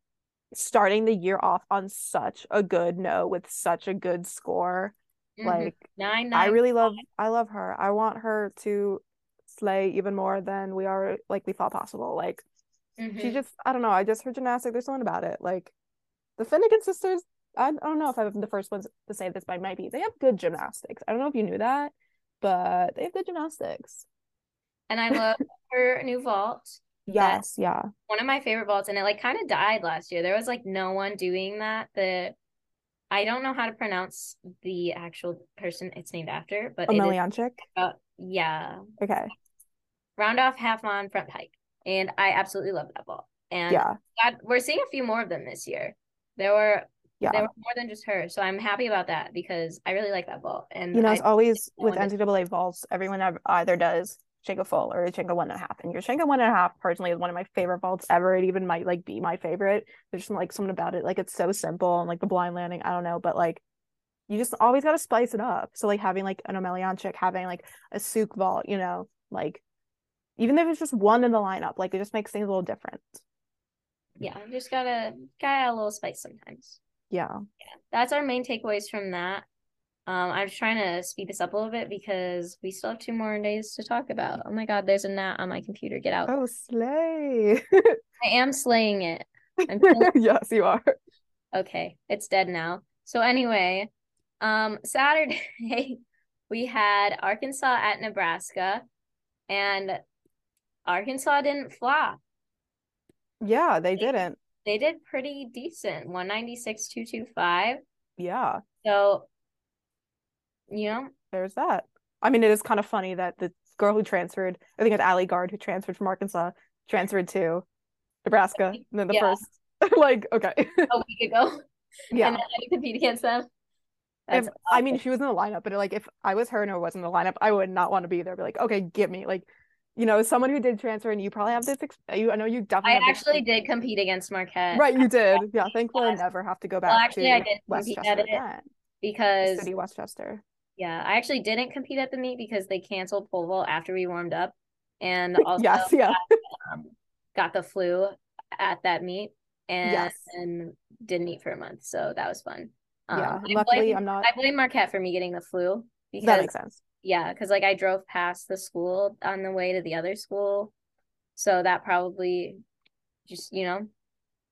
S2: starting the year off on such a good note with such a good score.
S1: Mhm.
S2: Like
S1: Nine
S2: I
S1: nine.
S2: really love I love her. I want her to slay even more than we are like we thought possible. Like she
S1: Mhm.
S2: just I don't know, I just heard gymnastic, there's something about it. Like the Finnegan sisters, I, I don't know if I'm the first ones to say this, but I might be. They have good gymnastics. I don't know if you knew that, but they have good gymnastics.
S1: And I love her new vault.
S2: Yes, yeah.
S1: One of my favorite vaults, and it like kind of died last year. There was like no one doing that. The I don't know how to pronounce the actual person it's named after, but it is
S2: Omelianchik.
S1: uh, yeah.
S2: Okay.
S1: Round off half on front pike. And I absolutely love that vault. And
S2: Yeah.
S1: God, we're seeing a few more of them this year. There were
S2: Yeah.
S1: there were more than just her. So I'm happy about that because I really like that vault. And
S2: You know,
S1: I-
S2: it's always
S1: no
S2: with
S1: one did.
S2: NCAA vaults, everyone ev- either does Shanka full or Shanka one and a half. And your Shanka one and a half personally is one of my favorite vaults ever. It even might like be my favorite. There's just like something about it. Like it's so simple and like the blind landing. I don't know, but like you just always gotta spice it up. So like having like an Omelianchik, having like a Souk vault, you know, like even if it's just one in the lineup, like it just makes things a little different.
S1: yeah, just gotta gotta add a little spice sometimes.
S2: Yeah.
S1: that's our main takeaways from that. Um, I'm just trying to speed this up a little bit because we still have two more days to talk about. Oh my god, there's a gnat on my computer. Get out.
S2: Oh, slay.
S1: I am slaying it.
S2: [laughs]
S1: I'm killing-
S2: yes, you are.
S1: okay, it's dead now. So anyway, um Saturday [laughs] we had Arkansas at Nebraska and Arkansas didn't flop.
S2: Yeah, they didn't.
S1: They did pretty decent. 196 225.
S2: Yeah.
S1: So you
S2: [laughs]
S1: know,
S2: there's that. I mean, it is kind of funny that the girl who transferred, I think it's Allie Guard who transferred from Arkansas, transferred to Nebraska, and then the
S1: Yeah.
S2: first, [laughs] like, okay,
S1: a week ago [laughs]
S2: yeah.
S1: and then I compete against them.
S2: If,
S1: That's
S2: I mean, she was in the lineup, but like, if I was her and I wasn't in the lineup, I would not want to be there. Be like, okay, get me, like, you know, as someone who did transfer, and you probably have this. Ex- you, I know you definitely.
S1: I
S2: have this
S1: actually did compete against Marquette.
S2: Right, you did. Yeah, thankfully, I
S1: Yes.
S2: never have to go back
S1: Well, actually,
S2: to
S1: I did compete
S2: Westchester
S1: at it
S2: again. the
S1: because
S2: City of Westchester.
S1: yeah, I actually didn't compete at the meet because they canceled pole vault after we warmed up, and also
S2: [laughs] yes, yeah,
S1: um, got the flu at that meet and,
S2: yes,
S1: didn't eat for a month. So that was fun. Um,
S2: yeah.
S1: I
S2: Luckily,
S1: blame,
S2: I'm not.
S1: I blame Marquette for me getting the flu
S2: That
S1: because
S2: makes sense.
S1: yeah, because like I drove past the school on the way to the other school, so that probably just you know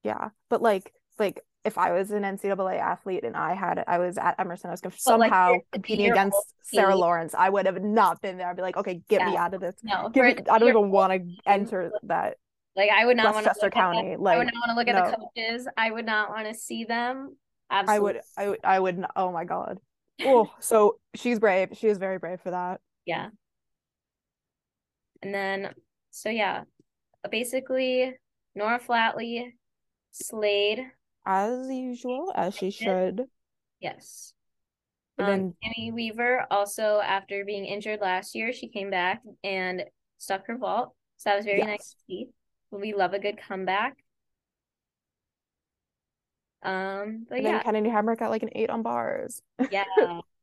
S2: Yeah, but like like if I was an NCAA athlete and I had I was at Emerson, I was gonna
S1: But, like,
S2: somehow
S1: you're a
S2: competing
S1: 15-year-old
S2: against Sarah
S1: teen.
S2: Lawrence, I would have not been there. I'd be like, okay, get me
S1: Yeah.
S2: out of this.
S1: no
S2: Get
S1: for
S2: me,
S1: a
S2: I don't even
S1: 10-year-old
S2: want to
S1: teen,
S2: enter that
S1: Like I would not want to
S2: Westchester
S1: look at them.
S2: County.
S1: I would
S2: Like
S1: not want to look at
S2: no.
S1: the coaches. I would not want to see them.
S2: I
S1: Absolutely.
S2: would, I would, I would. n- Oh my God.
S1: [laughs]
S2: Oh, so she's brave. She is very brave for that.
S1: Yeah. And then so yeah, basically Nora Flatley, Slade,
S2: As usual, as she should.
S1: yes.
S2: And
S1: Um,
S2: then
S1: Tammy Weaver also after being injured last year, she came back and stuck her vault. So that was very nice
S2: Yes.
S1: to see. We love a good comeback. Um, but
S2: and then
S1: yeah,
S2: Kennedy Hammer got like an eight on bars.
S1: yeah.
S2: [laughs]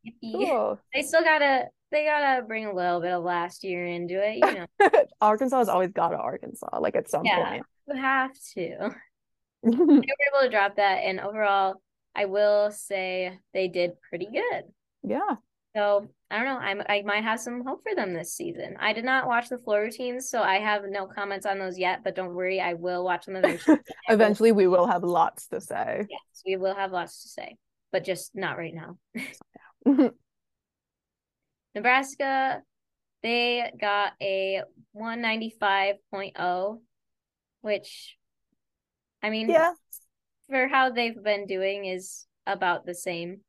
S1: Yippee.
S2: Cool.
S1: They still gotta they gotta bring a little bit of last year into it,
S2: [laughs]
S1: you know.
S2: Arkansas has always got to Arkansas, like at some
S1: Yeah.
S2: point.
S1: You have to. [laughs] They were able to drop that, and overall, I will say they did pretty good.
S2: [laughs] Yeah.
S1: So I don't know. I'm I might have some hope for them this season. I did not watch the floor routines, so I have no comments on those yet. But don't worry, I will watch them eventually. I will-
S2: Eventually, we will have lots to say.
S1: yes, we will have lots to say, but just not right now. [laughs] Nebraska, they got a 195.0, oh, which I mean,
S2: Yeah.
S1: for how they've been doing is about the same.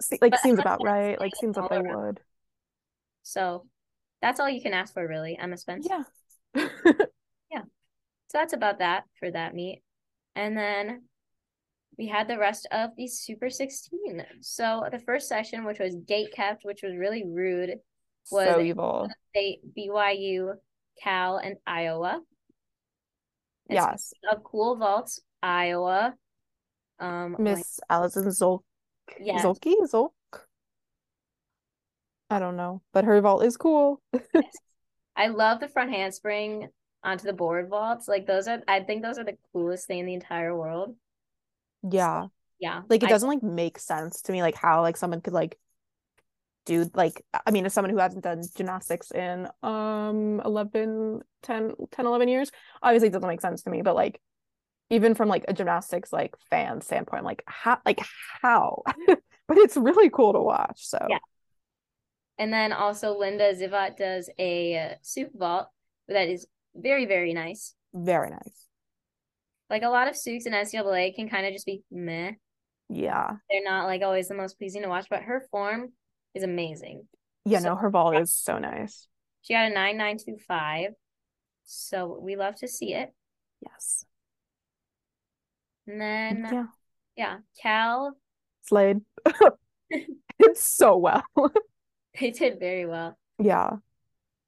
S2: Se- like
S1: But-
S2: seems about right. Like seems
S1: All
S2: like they
S1: around.
S2: would.
S1: So that's all you can ask for, really, Emma Spence.
S2: Yeah.
S1: So that's about that for that meet. And then we had the rest of the Super 16. So the first session, which was gate kept, which was really rude, Was-
S2: so evil.
S1: they BYU, Cal, and Iowa. And
S2: Yes.
S1: speaking Of cool vaults, Iowa. Um, oh my-
S2: Miss Allison Zolk
S1: yes,
S2: Zolke? Zolk. I don't know, but her vault is cool.
S1: I love the front handspring onto the board vaults. Like those are, I think those are the coolest thing in the entire world.
S2: Yeah.
S1: Yeah,
S2: Like it
S1: I-
S2: doesn't like make sense to me like how like someone could like do like I mean as someone who hasn't done gymnastics in um 11 10 10 11 years obviously it doesn't make sense to me but like even from like a gymnastics like fan standpoint I'm like how like how [laughs] but it's really cool to watch so
S1: Yeah. And then also Linda Zivat does a uh, soup vault that is very, very nice.
S2: very nice
S1: Like a lot of soups in NCAA can kind of just be meh.
S2: yeah
S1: They're not like always the most pleasing to watch, but her form is amazing.
S2: yeah
S1: So-
S2: no her ball is so nice
S1: She got a 9925. So we love to see it.
S2: yes
S1: And uh, then, yeah,
S2: yeah
S1: Cal, [laughs]
S2: Slade [laughs] it's so well [laughs]
S1: they did very well.
S2: yeah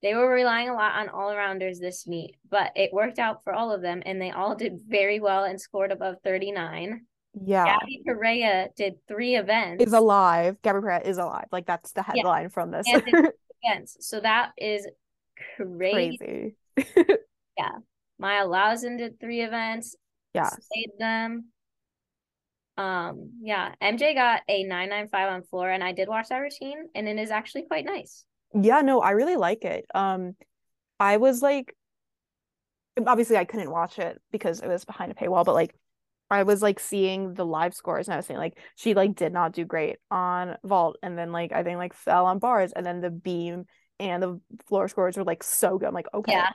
S1: They were relying a lot on all arounders this meet, but it worked out for all of them, and they all did very well and scored above 39.
S2: yeah
S1: Gabby Perea did three events.
S2: is alive Gabby Perea is alive like that's the headline from this
S1: And
S2: [laughs]
S1: it's events. So that is crazy.
S2: crazy
S1: Maya Lausen did three events,
S2: yeah
S1: slayed them. Um, yeah, MJ got a 995 on floor, and I did watch that routine, and it is actually quite
S2: [laughs]
S1: nice.
S2: Yeah, no, I really like it. Um, I was like, obviously, I couldn't watch it because it was behind a paywall, but like, I was like seeing the live scores and I was saying, like, she like did not do great on vault and then like I think like fell on bars and then the beam and the floor scores were like so good. I'm like, okay,
S1: Yeah.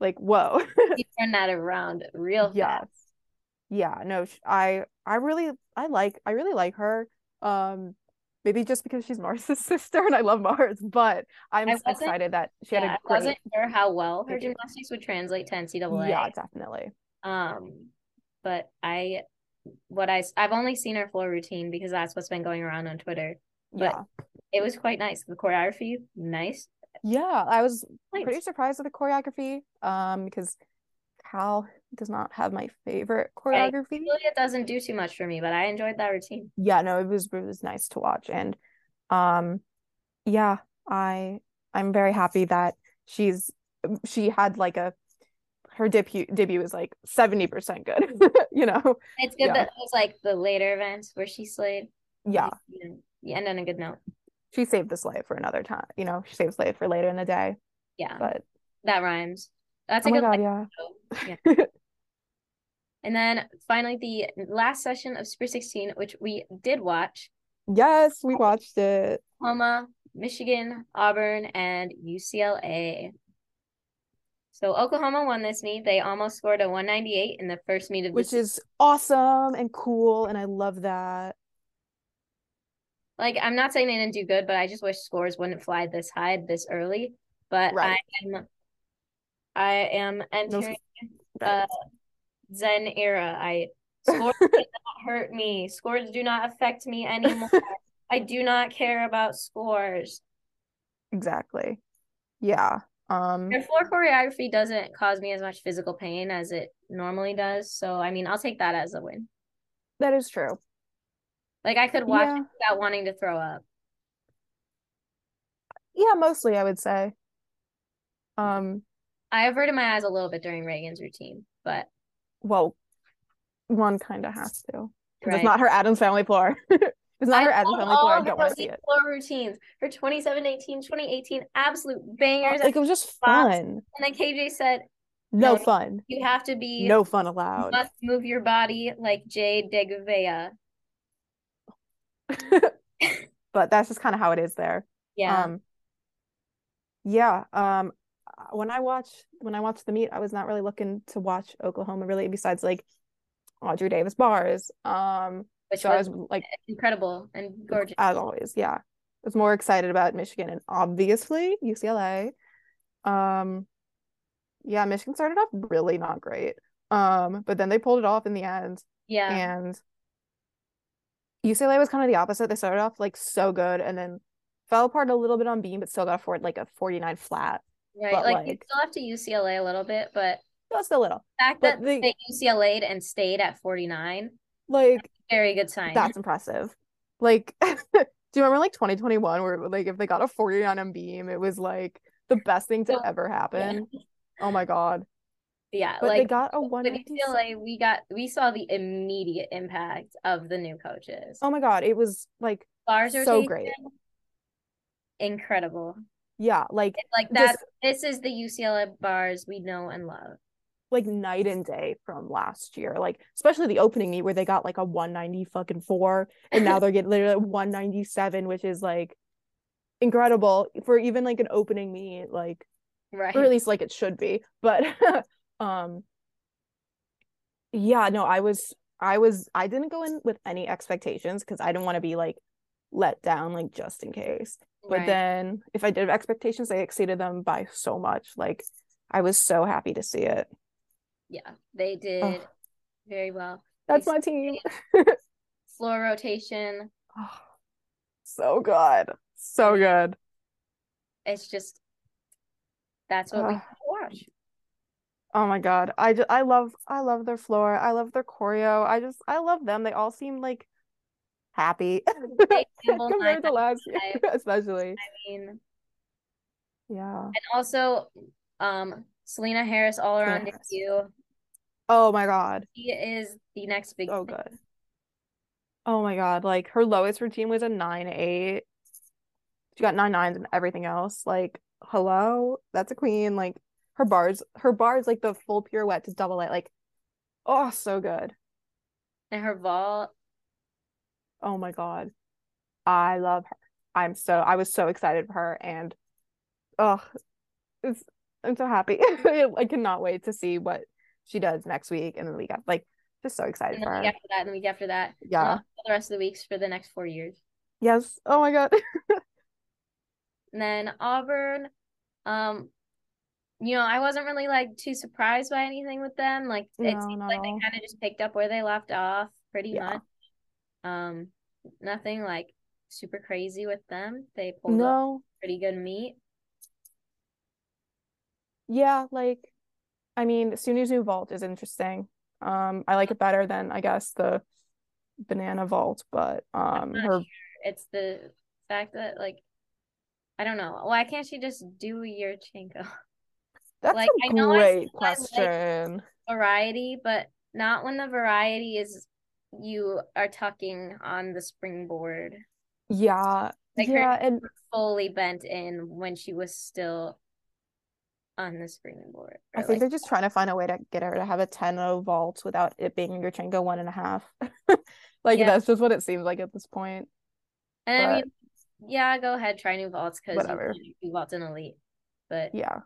S2: like, whoa.
S1: You turn that around real
S2: Yes.
S1: fast.
S2: Yeah, no, sh- I I really I like I really like her. Um maybe just because she's [laughs] Mars' sister and I love Mars, but I'm
S1: I
S2: s-
S1: wasn't-
S2: excited that she had
S1: Yeah,
S2: a
S1: I
S2: great
S1: wasn't sure how well her
S2: Thank you.
S1: gymnastics would translate to NCAA.
S2: Yeah, definitely.
S1: Um, but I, what I, s- I've only seen her floor routine because that's what's been going around on Twitter. But
S2: Yeah.
S1: It was quite nice. The choreography, nice.
S2: Yeah, I was
S1: Nice.
S2: pretty surprised with the choreography um because Cal does not have my favorite choreography.
S1: Julia doesn't do too much for me, but I enjoyed that routine.
S2: Yeah, no, it was it was nice to watch and um yeah, I I'm very happy that she's she had like a her debut debut was like 70% good. [laughs] you know.
S1: It's good
S2: Yeah.
S1: that it was like the later events where she slayed.
S2: Yeah.
S1: You, know, you end on a good note.
S2: She saved the slave for another time. You know, she saved slave for later in the day.
S1: Yeah,
S2: But
S1: that rhymes. That's
S2: oh
S1: a
S2: my
S1: good.
S2: god,
S1: life
S2: yeah.
S1: though.
S2: [laughs]
S1: Yeah. and then finally, the last session of Super 16, which we did watch
S2: Yes, we watched it.
S1: Oklahoma, Michigan, Auburn, and UCLA. So Oklahoma won this meet. They almost scored a 198 in the first meet of the
S2: which
S1: season.
S2: is awesome and cool and i love that
S1: like I'm not saying they didn't do good, but I just wish scores wouldn't fly this high this early. But
S2: Right.
S1: I am I am entering Uh, Zen era.
S2: [laughs]
S1: I scores do not hurt me. Scores do not affect me anymore. I do not care about scores.
S2: exactly yeah um
S1: Their floor choreography doesn't cause me as much physical pain as it normally does. So I mean I'll take that as a win.
S2: that is true
S1: Like I could watch
S2: Yeah.
S1: it without wanting to throw up.
S2: yeah mostly i would say um
S1: I averted my eyes a little bit during Reagan's routine, but
S2: well one kind of has to 'Cause
S1: right.
S2: it's not her adam's family floor [laughs] it's not
S1: I
S2: her adam's
S1: love
S2: family floor i
S1: all her
S2: don't want to see it
S1: floor routines. Her 2017, 2018, absolute bangers.
S2: like it was just
S1: Box.
S2: fun
S1: and then KJ said,
S2: no
S1: No.
S2: fun
S1: "You have to be
S2: no fun
S1: you
S2: allowed
S1: must move your body like Jade DeGuvea."
S2: but that's just kind of how it is there
S1: Yeah.
S2: Um, yeah. Um, when I watch when I watched the meet, I was not really looking to watch Oklahoma really, besides like Audrey Davis bars. Um,
S1: which
S2: so I
S1: was
S2: was like,
S1: incredible and gorgeous.
S2: as always, yeah, I was more excited about Michigan and obviously UCLA. Um, yeah, Michigan started off really not great. Um, but then they pulled it off in the end.
S1: Yeah.
S2: And UCLA was kind of the opposite. They started off like so good and then fell apart a little bit on beam, but still got forward like a 49 flat.
S1: right.
S2: but,
S1: Like, you
S2: like-
S1: still have to UCLA a little bit, but
S2: Just a little.
S1: the fact that
S2: But the-
S1: they UCLA'd and stayed at 49,
S2: Like
S1: very good sign.
S2: that's impressive. Like [laughs] do you remember like 2021 where like if they got a 49 on beam, it was like the best thing to
S1: Yeah. [laughs]
S2: ever happen. Oh my god.
S1: yeah.
S2: But they
S1: like
S2: got a
S1: with
S2: 196.
S1: UCLA, we got we saw the immediate impact of the new coaches.
S2: Oh my god, it was like
S1: Bars
S2: so
S1: rotation,
S2: great.
S1: Incredible.
S2: yeah, like
S1: It's like that
S2: just
S1: this is the UCLA bars we know and love.
S2: like night and day from last year. Like especially the opening meet where they got like a 190 fucking four,
S1: [laughs]
S2: and now they're getting literally 197, which is like incredible for even like an opening meet, like
S1: right.
S2: or at least like it should be. But [laughs] um yeah, no, I was I was I didn't go in with any expectations because I didn't want to be like let down like just in case. But
S1: right.
S2: then if I did have expectations, I exceeded them by so much. Like I was so happy to see it.
S1: yeah, they did
S2: Ugh.
S1: very well.
S2: That's
S1: They
S2: my team.
S1: Floor rotation.
S2: Oh, so good. So good.
S1: It's just that's what we
S2: Ugh. [laughs]
S1: watch.
S2: Oh my God. I just, I love I love their floor. I love their choreo. I just I love them. They all seem like happy
S1: They gamble nine
S2: compared to last year,
S1: five.
S2: [laughs] especially.
S1: nine.
S2: Yeah.
S1: And also, um, Selena Harris all
S2: Selena
S1: around
S2: Harris.
S1: debut.
S2: Oh my God.
S1: She is the next big
S2: So
S1: thing.
S2: good. Oh my God. Like her lowest routine was a nine eight. She got nine nines and everything else. Like, hello? That's a queen. Like her bars her bars like the full pirouette to double it. Like, oh so good.
S1: And her vault,
S2: Oh my God. I love her. I'm so I was so excited for her and oh it's I'm so happy. [laughs] I cannot wait to see what she does next week and the week after. Like just so excited
S1: and the
S2: for her.
S1: week after that, and the week after that. and
S2: Yeah.
S1: all the rest of the weeks for the next four years.
S2: Yes. Oh my God. [laughs]
S1: And then Auburn, um, you know, I wasn't really like too surprised by anything with them. Like it
S2: No,
S1: seems
S2: not
S1: like
S2: at
S1: they
S2: all.
S1: kind of just picked up where they left off pretty
S2: Yeah.
S1: much. Um, nothing like super crazy with them. They pulled up
S2: No.
S1: pretty good meet.
S2: Yeah, like I mean Sunu's new vault is interesting. Um I like it better than I guess the banana vault, but um
S1: not
S2: her
S1: It's the fact that like I don't know. Why can't she just do a Yurchenko
S2: that's
S1: like,
S2: a
S1: I know I
S2: great
S1: still like-
S2: question.
S1: [laughs] variety, but not when the variety is you are tucking on the springboard.
S2: Yeah.
S1: Like, her-
S2: yeah, and
S1: fully bent in when she was still on the springboard.
S2: I
S1: or,
S2: think they're
S1: like,
S2: just trying to find a way to get her to have a 10 vault without it being Yurchenko one and a half. [laughs] like
S1: Yeah.
S2: that's just what it seems like at this point.
S1: and I mean, yeah, go ahead, try new vaults because
S2: Whatever.
S1: you can do vaults in elite. But
S2: Yeah.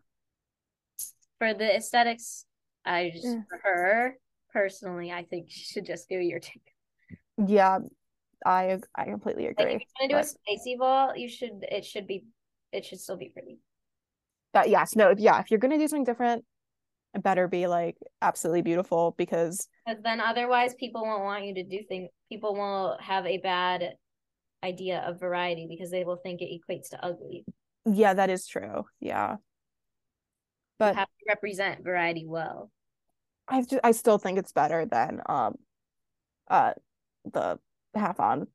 S1: for the aesthetics, I just
S2: Yeah.
S1: for her personally, I think she should just do your [laughs] take.
S2: Yeah. I ag- I completely
S1: Like if
S2: agree.
S1: you're gonna do
S2: but-
S1: a spicy vault, you should it should be it should still be pretty.
S2: That yes, no, if- yeah, if you're gonna do something different, it better be like absolutely beautiful because
S1: Because then otherwise people won't want you to do things people will have a bad idea of variety because they will think it equates to ugly.
S2: yeah, that is true. Yeah.
S1: You
S2: But
S1: have to represent variety well.
S2: I just I still think it's better than um uh the half on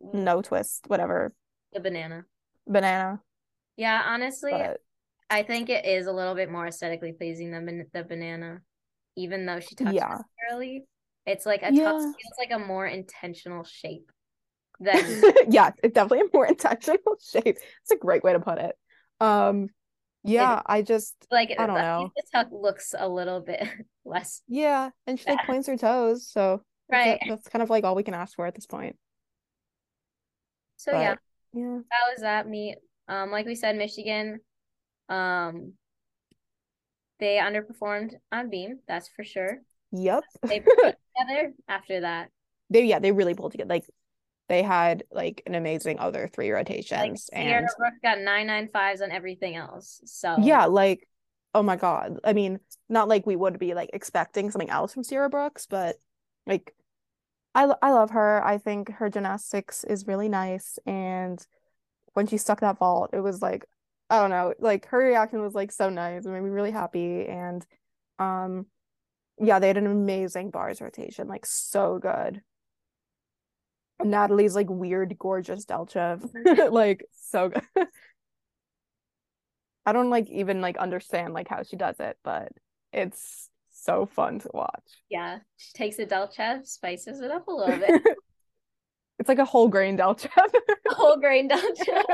S2: no twist, whatever,
S1: The banana.
S2: banana.
S1: Yeah, honestly,
S2: But
S1: I think it is a little bit more aesthetically pleasing than ban- the banana, even though she tucks
S2: yeah.
S1: early. It's like a
S2: Yeah.
S1: tuck feels like a more intentional shape
S2: [laughs]
S1: than
S2: yeah, it's definitely a more [laughs] intentional shape. It's a great way to put it. Um, yeah, I just
S1: like
S2: I don't
S1: like,
S2: know.
S1: the tuck looks a little bit [laughs] less
S2: yeah, and she like points her toes, so that's
S1: right.
S2: it- That's kind of like all we can ask for at this point.
S1: So yeah,
S2: but, yeah,
S1: that was that meet. Um, like we said, Michigan, um, they underperformed on Beam. That's for sure.
S2: Yep. [laughs]
S1: They put it together after that.
S2: They yeah, they really pulled together. Like they had like an amazing other three rotations.
S1: Sierra
S2: and
S1: Brooke got nine nine fives on everything else. So
S2: yeah, like oh my god. I mean, not like we would be like expecting something else from Sierra Brooks, but like I lo- I love her. I think her gymnastics is really nice and when she stuck that vault, it was like I don't know, like her reaction was like so nice. It made me really happy and um yeah, they had an amazing bars rotation, like so good. Natalie's like weird, gorgeous Delchev, [laughs] like so good. I don't like even like understand like how she does it, but it's so fun to watch.
S1: yeah, she takes a Delchev, spices it up a little
S2: [laughs]
S1: bit.
S2: It's like a whole grain Delchev.
S1: [laughs] Whole grain Delchev.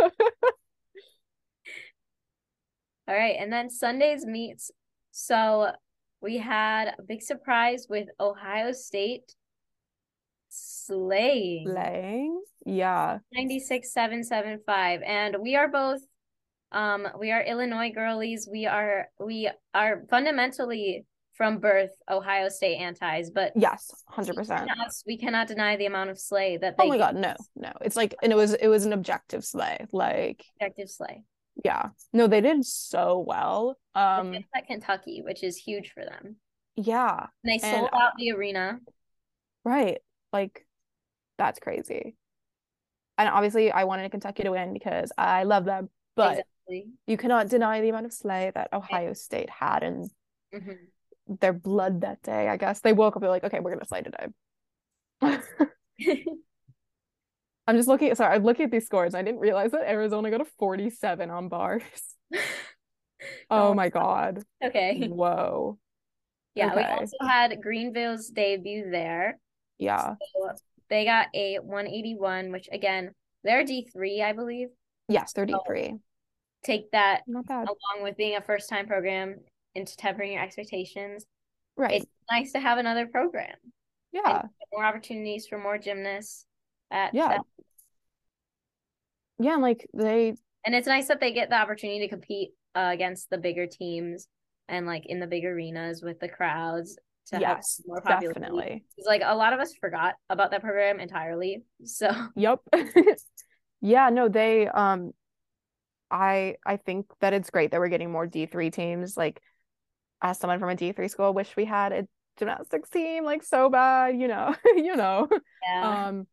S1: All right, and then Sunday's meets. So we had a big surprise with Ohio State slaying
S2: Playing, yeah,
S1: 96.775 and we are both um we are Illinois girlies. We are we are fundamentally from birth Ohio State antis, but
S2: yes, hundred percent.
S1: to us, we cannot deny the amount of slay that they
S2: Oh my
S1: gave
S2: god, no, no. It's like, and it was it was an objective slay. Like,
S1: objective slay.
S2: yeah, no, they did so well. Um,
S1: It's at Kentucky, which is huge for them.
S2: yeah,
S1: And they
S2: and-
S1: sold out the arena.
S2: Right. Like, that's crazy. And obviously, I wanted Kentucky to win because I love them, but
S1: exactly.
S2: you cannot deny the amount of slay that Ohio State had in
S1: hmm
S2: their blood that day, I guess. They woke up, they're like, okay, we're going to slay today. [laughs] I'm just looking, sorry, I'm looking at these scores. I didn't realize that Arizona got a 47
S1: [laughs]
S2: on bars. Oh
S1: Oh,
S2: my God.
S1: [laughs] okay.
S2: Whoa.
S1: Yeah, we
S2: Mm-hmm. Okay.
S1: also had Greenville's debut there.
S2: Yeah.
S1: So they got a 181, which again, they're D3, I believe.
S2: Yes, 33.
S1: Oh, Take that
S2: Not bad.
S1: along with being a first time program into tempering your expectations.
S2: Right.
S1: It's nice to have another program,
S2: Yeah.
S1: more opportunities for more gymnasts. At
S2: Yeah.
S1: that-
S2: Yeah. And like, they,
S1: And it's nice that they get the opportunity to compete uh, against the bigger teams and like in the big arenas with the crowds to have
S2: yes,
S1: more popularity.
S2: definitely.
S1: 'Cause, Like a lot of us forgot about that program entirely. [laughs] So
S2: [laughs] Yep. yeah, no, they um I I think that it's great that we're getting more D3 teams. Like as someone from a D3 school, I wish we had a gymnastics team like so bad, you know. [laughs] you know.
S1: yeah,
S2: Um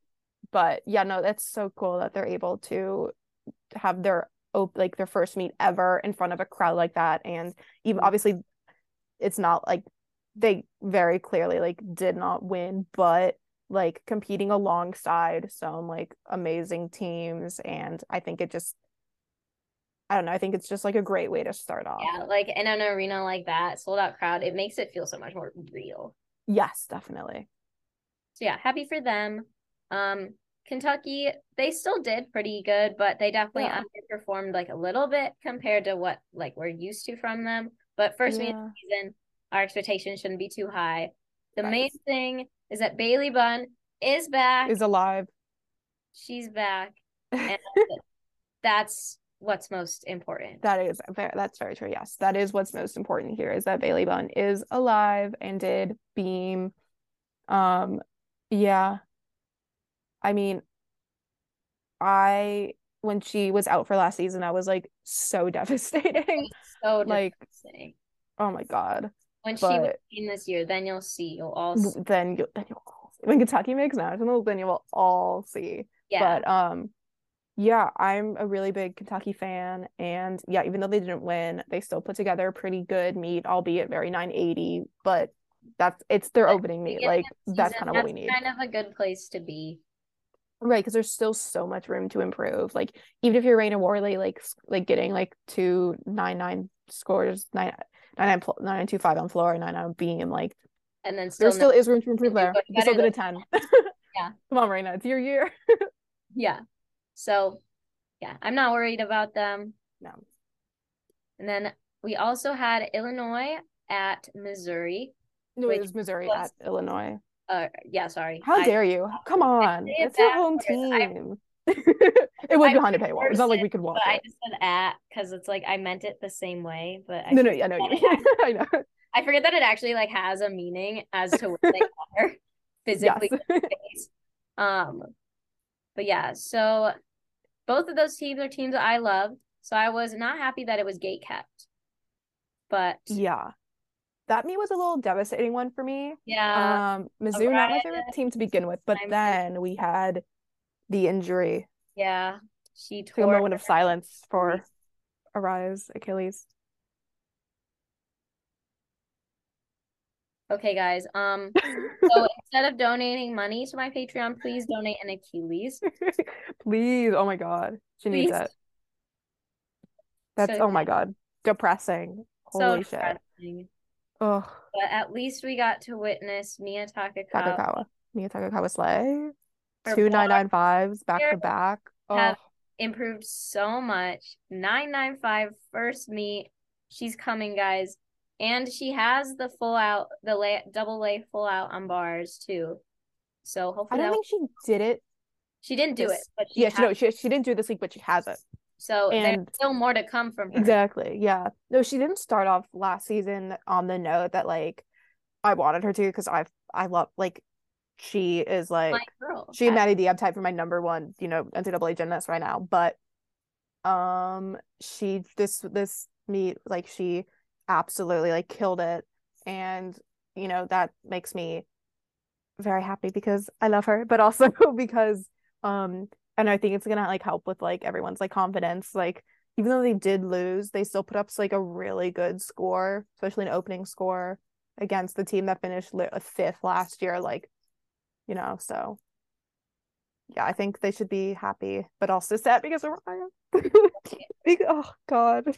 S2: but yeah, no, that's so cool that they're able to have their op- like their first meet ever in front of a crowd like that and even
S1: Mhm.
S2: obviously it's not like they very clearly like did not win but like competing alongside some like amazing teams and I think it just I don't know I think it's just like a great way to start off.
S1: yeah, like in an arena like that, sold out crowd, it makes it feel so much more real.
S2: Yes, definitely.
S1: So yeah, happy for them. Um, Kentucky, they still did pretty good, but they definitely
S2: Yeah.
S1: underperformed like a little bit compared to what like we're used to from them. But first meet of
S2: Yeah.
S1: the season, our expectations shouldn't be too high. The
S2: Right.
S1: main thing is that Bailey Bunn is back.
S2: Is alive.
S1: She's
S2: [laughs]
S1: back. And that's what's most important.
S2: That is fair. That's very true. Yes, that is what's most important here is that Bailey Bunn is alive and did beam. Um, yeah. I mean, I when she was out for last season, I was like so [laughs] devastating.
S1: so
S2: like,
S1: depressing.
S2: oh my god.
S1: When she was
S2: but-
S1: in this year, then you'll see. You'll all see.
S2: Then you then you'll all see. when Kentucky makes nationals, then you will all see.
S1: Yeah.
S2: But um, yeah, I'm a really big Kentucky fan, and yeah, even though they didn't win, they still put together a pretty good meet, albeit very 980. But that's it's their
S1: But
S2: opening meet,
S1: beginning
S2: like
S1: of
S2: that's
S1: season,
S2: kind of what we need,
S1: Kind of a good place to be.
S2: right? Because there's still so much room to improve. Like even if you're Raina Warley, like s- like getting like two nine nine scores, nine nine nine pl- nine nine two five on floor, nine nine on beam, like
S1: And then still,
S2: there
S1: no-
S2: still is room to improve
S1: do
S2: there.
S1: much
S2: You can still
S1: better
S2: get a ten. [laughs]
S1: Yeah.
S2: come on, Raina, it's your year. [laughs]
S1: yeah. So, yeah, I'm not worried about them.
S2: No.
S1: And then we also had Illinois at Missouri.
S2: No,
S1: Wait,
S2: it was Missouri
S1: was-
S2: at Illinois.
S1: Uh, yeah, sorry.
S2: How
S1: I-
S2: dare you? Come on.
S1: say it
S2: It's your home
S1: backwards. I-
S2: team. [laughs] it was
S1: I
S2: behind a
S1: would
S2: paywall. It's not
S1: reverse
S2: like
S1: it,
S2: we could
S1: But
S2: watch
S1: I
S2: it.
S1: just said at because it's like I meant it the same way, but I,
S2: No, no, yeah, [laughs] no, yeah. I know.
S1: I forget that it actually like has a meaning as to where
S2: [laughs]
S1: they are physically
S2: Yes.
S1: in space. Um, but yeah, so both of those teams are teams that I love. So I was not happy that it was gate kept, but
S2: Yeah. That meet was a little devastating one for me.
S1: yeah,
S2: Um, Mizzou, not my favorite
S1: Arias,
S2: team to begin with, but
S1: I'm-
S2: then we had the injury.
S1: yeah, she
S2: Took a
S1: tore.
S2: moment of silence for
S1: Achilles.
S2: Arise Achilles. [laughs]
S1: Okay, guys.
S2: [laughs]
S1: Um, so instead of donating money to my Patreon, please donate an Achilles.
S2: Please, oh my God, she needs
S1: Please.
S2: it. That's
S1: So-
S2: oh my God, depressing. Holy
S1: so
S2: shit.
S1: depressing.
S2: Ugh,
S1: But at least we got to witness Mia Takakawa
S2: Takakawa, Mia Takakawa Slay,
S1: Her
S2: two nine nine fives back
S1: here
S2: to back. Oh,
S1: have- improved so much. 995 first meet. She's coming, guys. And she has the full out, the lay, double lay full out on bars too. So
S2: I
S1: hopefully that
S2: don't think she did it.
S1: she didn't do it,
S2: this-
S1: but she
S2: Yeah, she
S1: has-
S2: no, she she didn't do it this week, but she has it.
S1: so there's
S2: And
S1: still more to come from her.
S2: Exactly. Yeah. No, she didn't start off last season on the note that like I wanted her to because I've I love like she is like
S1: My girl.
S2: she and
S1: I-
S2: Maddie D I'm tied for my number one, you know, NCAA gymnast right now. But um she this this meet like she absolutely like killed it. And you know, that makes me very happy because I love her, but also [laughs] because um and I think it's gonna like help with like everyone's like confidence. Like even though they did lose, they still put up like a really good score, especially an opening score against the team that finished li- fifth last year. Like, you know, so yeah, I think they should be happy, but also sad because of
S1: [laughs]
S2: Ryan. [laughs] Be- oh God,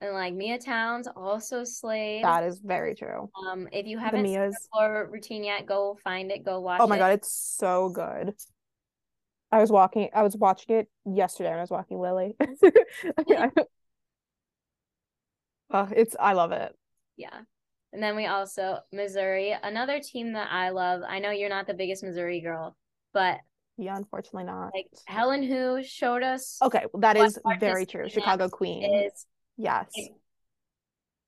S1: and like Mia Towns also slayed.
S2: that is very true.
S1: Um, if you
S2: The
S1: haven't seen
S2: Mias.
S1: the floor routine yet, go find it, go watch
S2: Oh my
S1: it.
S2: God, it's so good. I was walking. I was watching it yesterday when I was walking Lily. [laughs] Yeah. [laughs] Oh, it's I love it.
S1: Yeah. And then we also Missouri, another team that I love. I know you're not the biggest Missouri girl, but
S2: Yeah, unfortunately not.
S1: like Helen Who showed us
S2: Okay, well, that
S1: what
S2: is very
S1: artist
S2: true.
S1: Tina
S2: Chicago Queen.
S1: is
S2: Yes.
S1: like,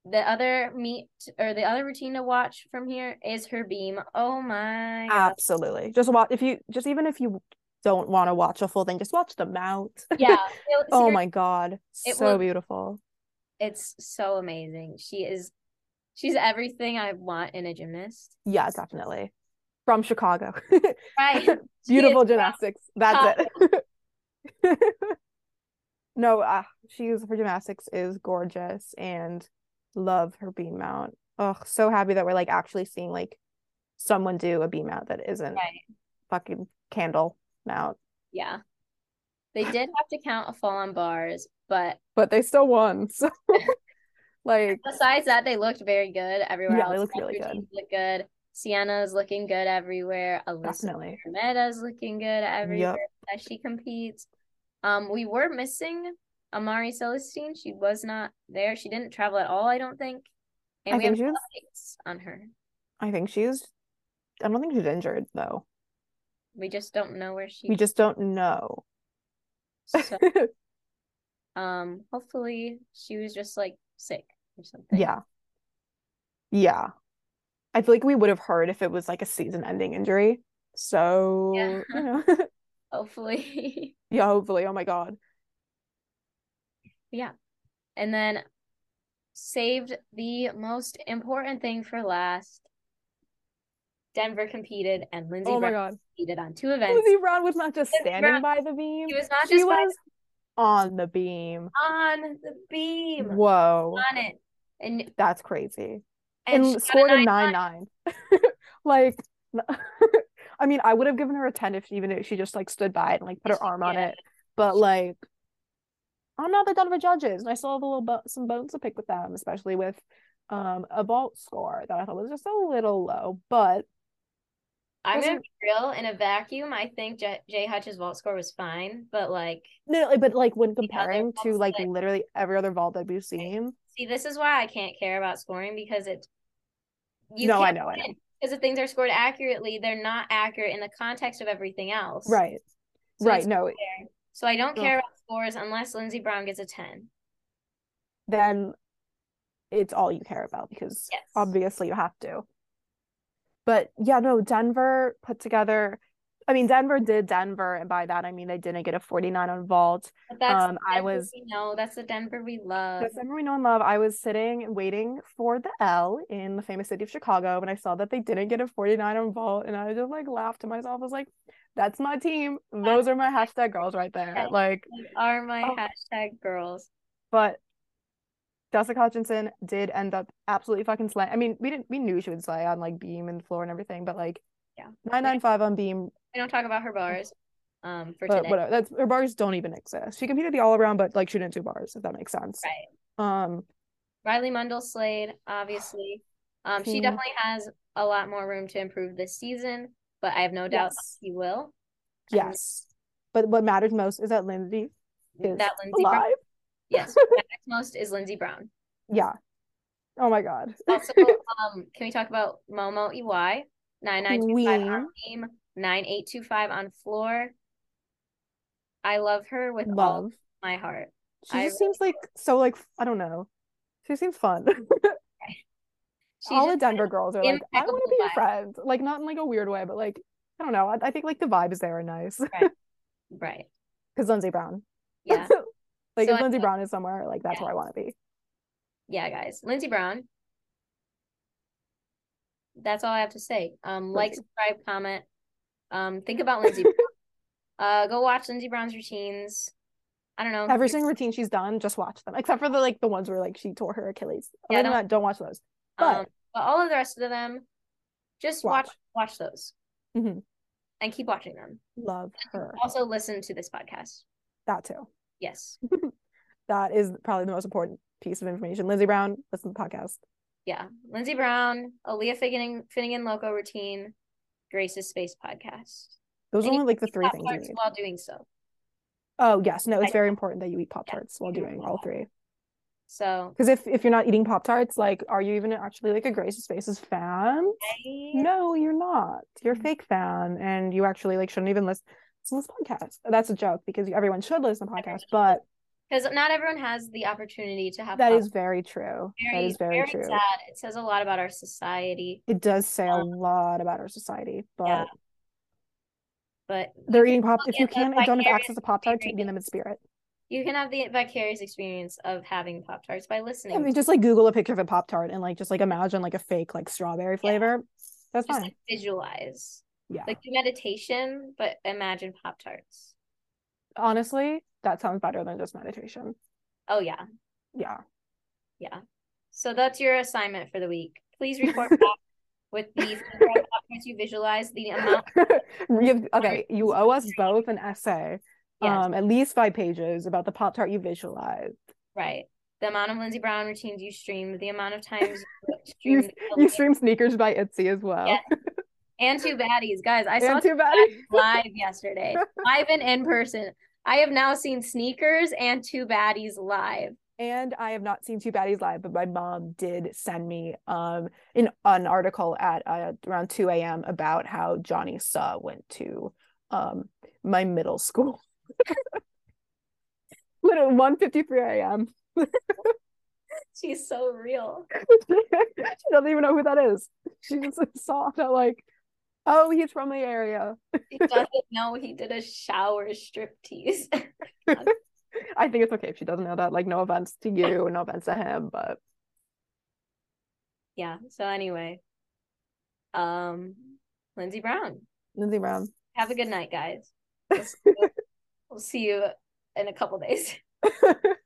S1: the other meet or the other routine to watch from here is her beam. Oh my god.
S2: Absolutely. Just watch if you just even if you don't want to watch a full thing, just watch them out.
S1: Yeah.
S2: [laughs] Oh my god.
S1: It
S2: So
S1: will-
S2: beautiful.
S1: It's so amazing. She is she's everything I want in a gymnast.
S2: Yeah, definitely. From Chicago. [laughs]
S1: Right. She is
S2: Beautiful
S1: from
S2: gymnastics. That's it. [laughs] no, uh, she's her gymnastics is gorgeous and love her beam mount. Oh, so happy that we're like actually seeing like someone do a beam mount that isn't
S1: Right.
S2: fucking candle mount.
S1: Yeah. They did have to count a fall on bars, but
S2: But they still won. [laughs] So like
S1: besides that, they looked very good everywhere
S2: Yeah,
S1: else.
S2: they looked really
S1: Your
S2: good.
S1: teams Look good. Sienna's looking good everywhere. Alyssa
S2: definitely.
S1: Meta's looking good everywhere that she competes. Um, we were missing Amari Celestine. She was not there. She didn't travel at all, I don't think. And
S2: I
S1: we
S2: think
S1: have
S2: she
S1: no
S2: was
S1: updates on her.
S2: I think she's I don't think she's injured though.
S1: We just don't know where she
S2: We just don't know.
S1: so
S2: [laughs]
S1: um hopefully she was just like sick or something.
S2: yeah. Yeah. I feel like we would have heard if it was like a season ending injury. So
S1: Yeah.
S2: you know [laughs]
S1: Hopefully. [laughs]
S2: Yeah, hopefully. Oh my god.
S1: and then saved the most important thing for last. Denver competed and Lindsey
S2: Oh my
S1: Brown
S2: god.
S1: competed on two events.
S2: Lizzie Brown was not just
S1: Lizzie
S2: standing
S1: Brown-
S2: by the beam.
S1: She was not
S2: She
S1: just by-
S2: was on the beam.
S1: on the beam,
S2: Whoa.
S1: on it, and
S2: That's crazy.
S1: and,
S2: And,
S1: she got a
S2: scored a
S1: nine-
S2: nine nine. [laughs] like I mean, I would have given her a ten if she- even if she just like stood by it and like put her arm on
S1: Yeah.
S2: it. But like I'm not the Denver judges, and I still have a little bo- some bones to pick with them, especially with um a vault score that I thought was just a little low. But
S1: I'm gonna
S2: doesn't-
S1: be real in a vacuum. I think J- Jay Hutch's vault score was fine, but like,
S2: no, like, but like when
S1: other
S2: comparing to
S1: vaults
S2: like
S1: that-
S2: literally every other vault that we've seen,
S1: see, this is why I can't care about scoring because it's you
S2: No, I
S1: can't
S2: know, I know.
S1: because if things are scored accurately, they're not accurate in the context of everything else.
S2: right?
S1: So
S2: right.
S1: it's
S2: No,
S1: fair. So I don't
S2: Ugh.
S1: care about scores unless Lindsey Brown gets a 10.
S2: then it's all you care about because
S1: Yes.
S2: obviously you have to. But yeah, no, Denver put together. I mean, Denver did Denver, and by that I mean they didn't get a 49 on vault.
S1: But that's
S2: um, I
S1: Denver
S2: was
S1: we know that's the Denver we love.
S2: the summer we know and love. I was sitting and waiting for the L in the famous city of Chicago, and I saw that they didn't get a 49 on vault, and I just like laughed to myself. I was like, "That's my team. Those are my hashtag girls right there."
S1: Yes.
S2: Like,
S1: They are my
S2: Oh.
S1: hashtag girls.
S2: but Jessica Hutchinson did end up absolutely fucking slay. I mean, we didn't we knew she would slay on like beam and floor and everything, but like
S1: Yeah.
S2: nine nine five on beam,
S1: We don't talk about her bars um for
S2: but
S1: today.
S2: whatever. That's her bars don't even exist. She competed the all around, but like she didn't do bars, if that makes sense. Right. Um,
S1: Riley Mundell Slade, obviously. Um, she
S2: Team-
S1: definitely has a lot more room to improve this season, but I have no doubt
S2: Yes.
S1: she will. I have no
S2: yes. But what matters most is that Lindsay is
S1: That Lindsey Brown.
S2: alive.
S1: Yes. what matters most is Lindsey Brown.
S2: Yeah. Oh my god. [laughs]
S1: Also, um, can we talk about Momo E EY? 9925 on team, 9825 on floor. I love her with all
S2: Love.
S1: my heart.
S2: She
S1: I
S2: just seems like so like I don't know. She seems fun. [laughs]
S1: She's
S2: all the
S1: just-
S2: Denver girls are like, I want
S1: impeccable
S2: to be your
S1: vibe.
S2: friend. Like, not in like a weird way, but like, I don't know. I, I think like the vibes there are nice [laughs]
S1: Right.
S2: because Lindsay Brown.
S1: Yeah.
S2: [laughs] like
S1: So
S2: if
S1: I-
S2: Lindsay Brown is somewhere, like that's
S1: Yeah.
S2: where I want to be.
S1: yeah, guys. Lindsey Brown. That's all I have to say. Um, like,
S2: Lindsey.
S1: subscribe, comment. Um, think about Lindsey.
S2: [laughs]
S1: Brown. Uh, go watch Lindsey Brown's routines. I don't know.
S2: Every
S1: You're-
S2: single routine she's done, just watch them, except for the like the ones where like she tore her Achilles.
S1: Yeah,
S2: Other than
S1: don't-
S2: that, don't watch those. But
S1: um, but all of the rest of them, just watch watch
S2: Watch.
S1: those
S2: Mhm.
S1: and keep watching them.
S2: love her
S1: Also, listen to this podcast.
S2: that too.
S1: Yes.
S2: That is probably the most important piece of information. Lindsay Brown, listen to the podcast.
S1: Yeah. Lindsey Brown, Aaliyah Finnegan, Finnegan Loco Routine, Grace's Space Podcast.
S2: Those are
S1: And you
S2: only like the
S1: eat
S2: three
S1: Pop
S2: things you
S1: Tarts
S2: need.
S1: while doing so.
S2: Oh yes, no, it's
S1: I-
S2: very important that you eat Pop Tarts while
S1: you do.
S2: doing all three.
S1: So
S2: Because if if you're not eating Pop Tarts, like, are you even actually like a Grace's Faces fan?
S1: I-
S2: No, you're not. You're a
S1: Mhm.
S2: fake fan, and you actually like shouldn't even listen to this podcast. That's a joke because everyone should listen to
S1: Everyone
S2: podcasts,
S1: should
S2: but
S1: because not everyone has the opportunity to have
S2: that
S1: pop-
S2: is very true. that
S1: very,
S2: is very, true.
S1: sad. It says a lot about our society,
S2: It does say a
S1: Um,
S2: lot about our society, but
S1: yeah. but
S2: they're eating pop.
S1: still
S2: If you
S1: get the
S2: can't and don't have
S1: vicarious
S2: access to Pop Tarts, you're
S1: experience.
S2: eating them in spirit.
S1: you can have the vicarious experience of having Pop Tarts by
S2: I
S1: listening.
S2: mean, just like Google a picture of a Pop Tart and like just like imagine like a fake like strawberry flavor. That's
S1: Just
S2: fine.
S1: like visualize,
S2: yeah.
S1: like do meditation, but imagine Pop Tarts.
S2: Honestly, that sounds better than just meditation.
S1: Oh yeah,
S2: Yeah.
S1: yeah. So that's your assignment for the week. Please report
S2: [laughs]
S1: back with the figure out Pop Tarts you visualize, the
S2: [laughs]
S1: amount.
S2: You have- okay, you owe us both an essay.
S1: Yes,
S2: um at least five pages about the pop tart you visualized
S1: right. The amount of Lindsey Brown routines you streamed, the amount of
S2: [laughs]
S1: times you
S2: you,
S1: streamed
S2: you stream sneakers by itsy as well
S1: Yes, and two baddies, guys. I saw
S2: and too bad
S1: Baddies live yesterday, live and in person. I have now seen sneakers and two baddies live.
S2: and i have not seen two baddies live but my mom did send me um an, an article at uh, around 2 a.m about how johnny saw went to um my middle school [laughs] literally 1.53 a.m
S1: She's so real.
S2: [laughs] she doesn't even know who that is she just saw that like oh he's from the area
S1: She doesn't know he did a shower striptease.
S2: I think it's okay if she doesn't know that. Like, no offense to you, no offense to him, but
S1: yeah. So anyway, um, Lindsey Brown.
S2: Lindsay Brown.
S1: Have a good night, guys. We'll see you- we'll see you in a couple days.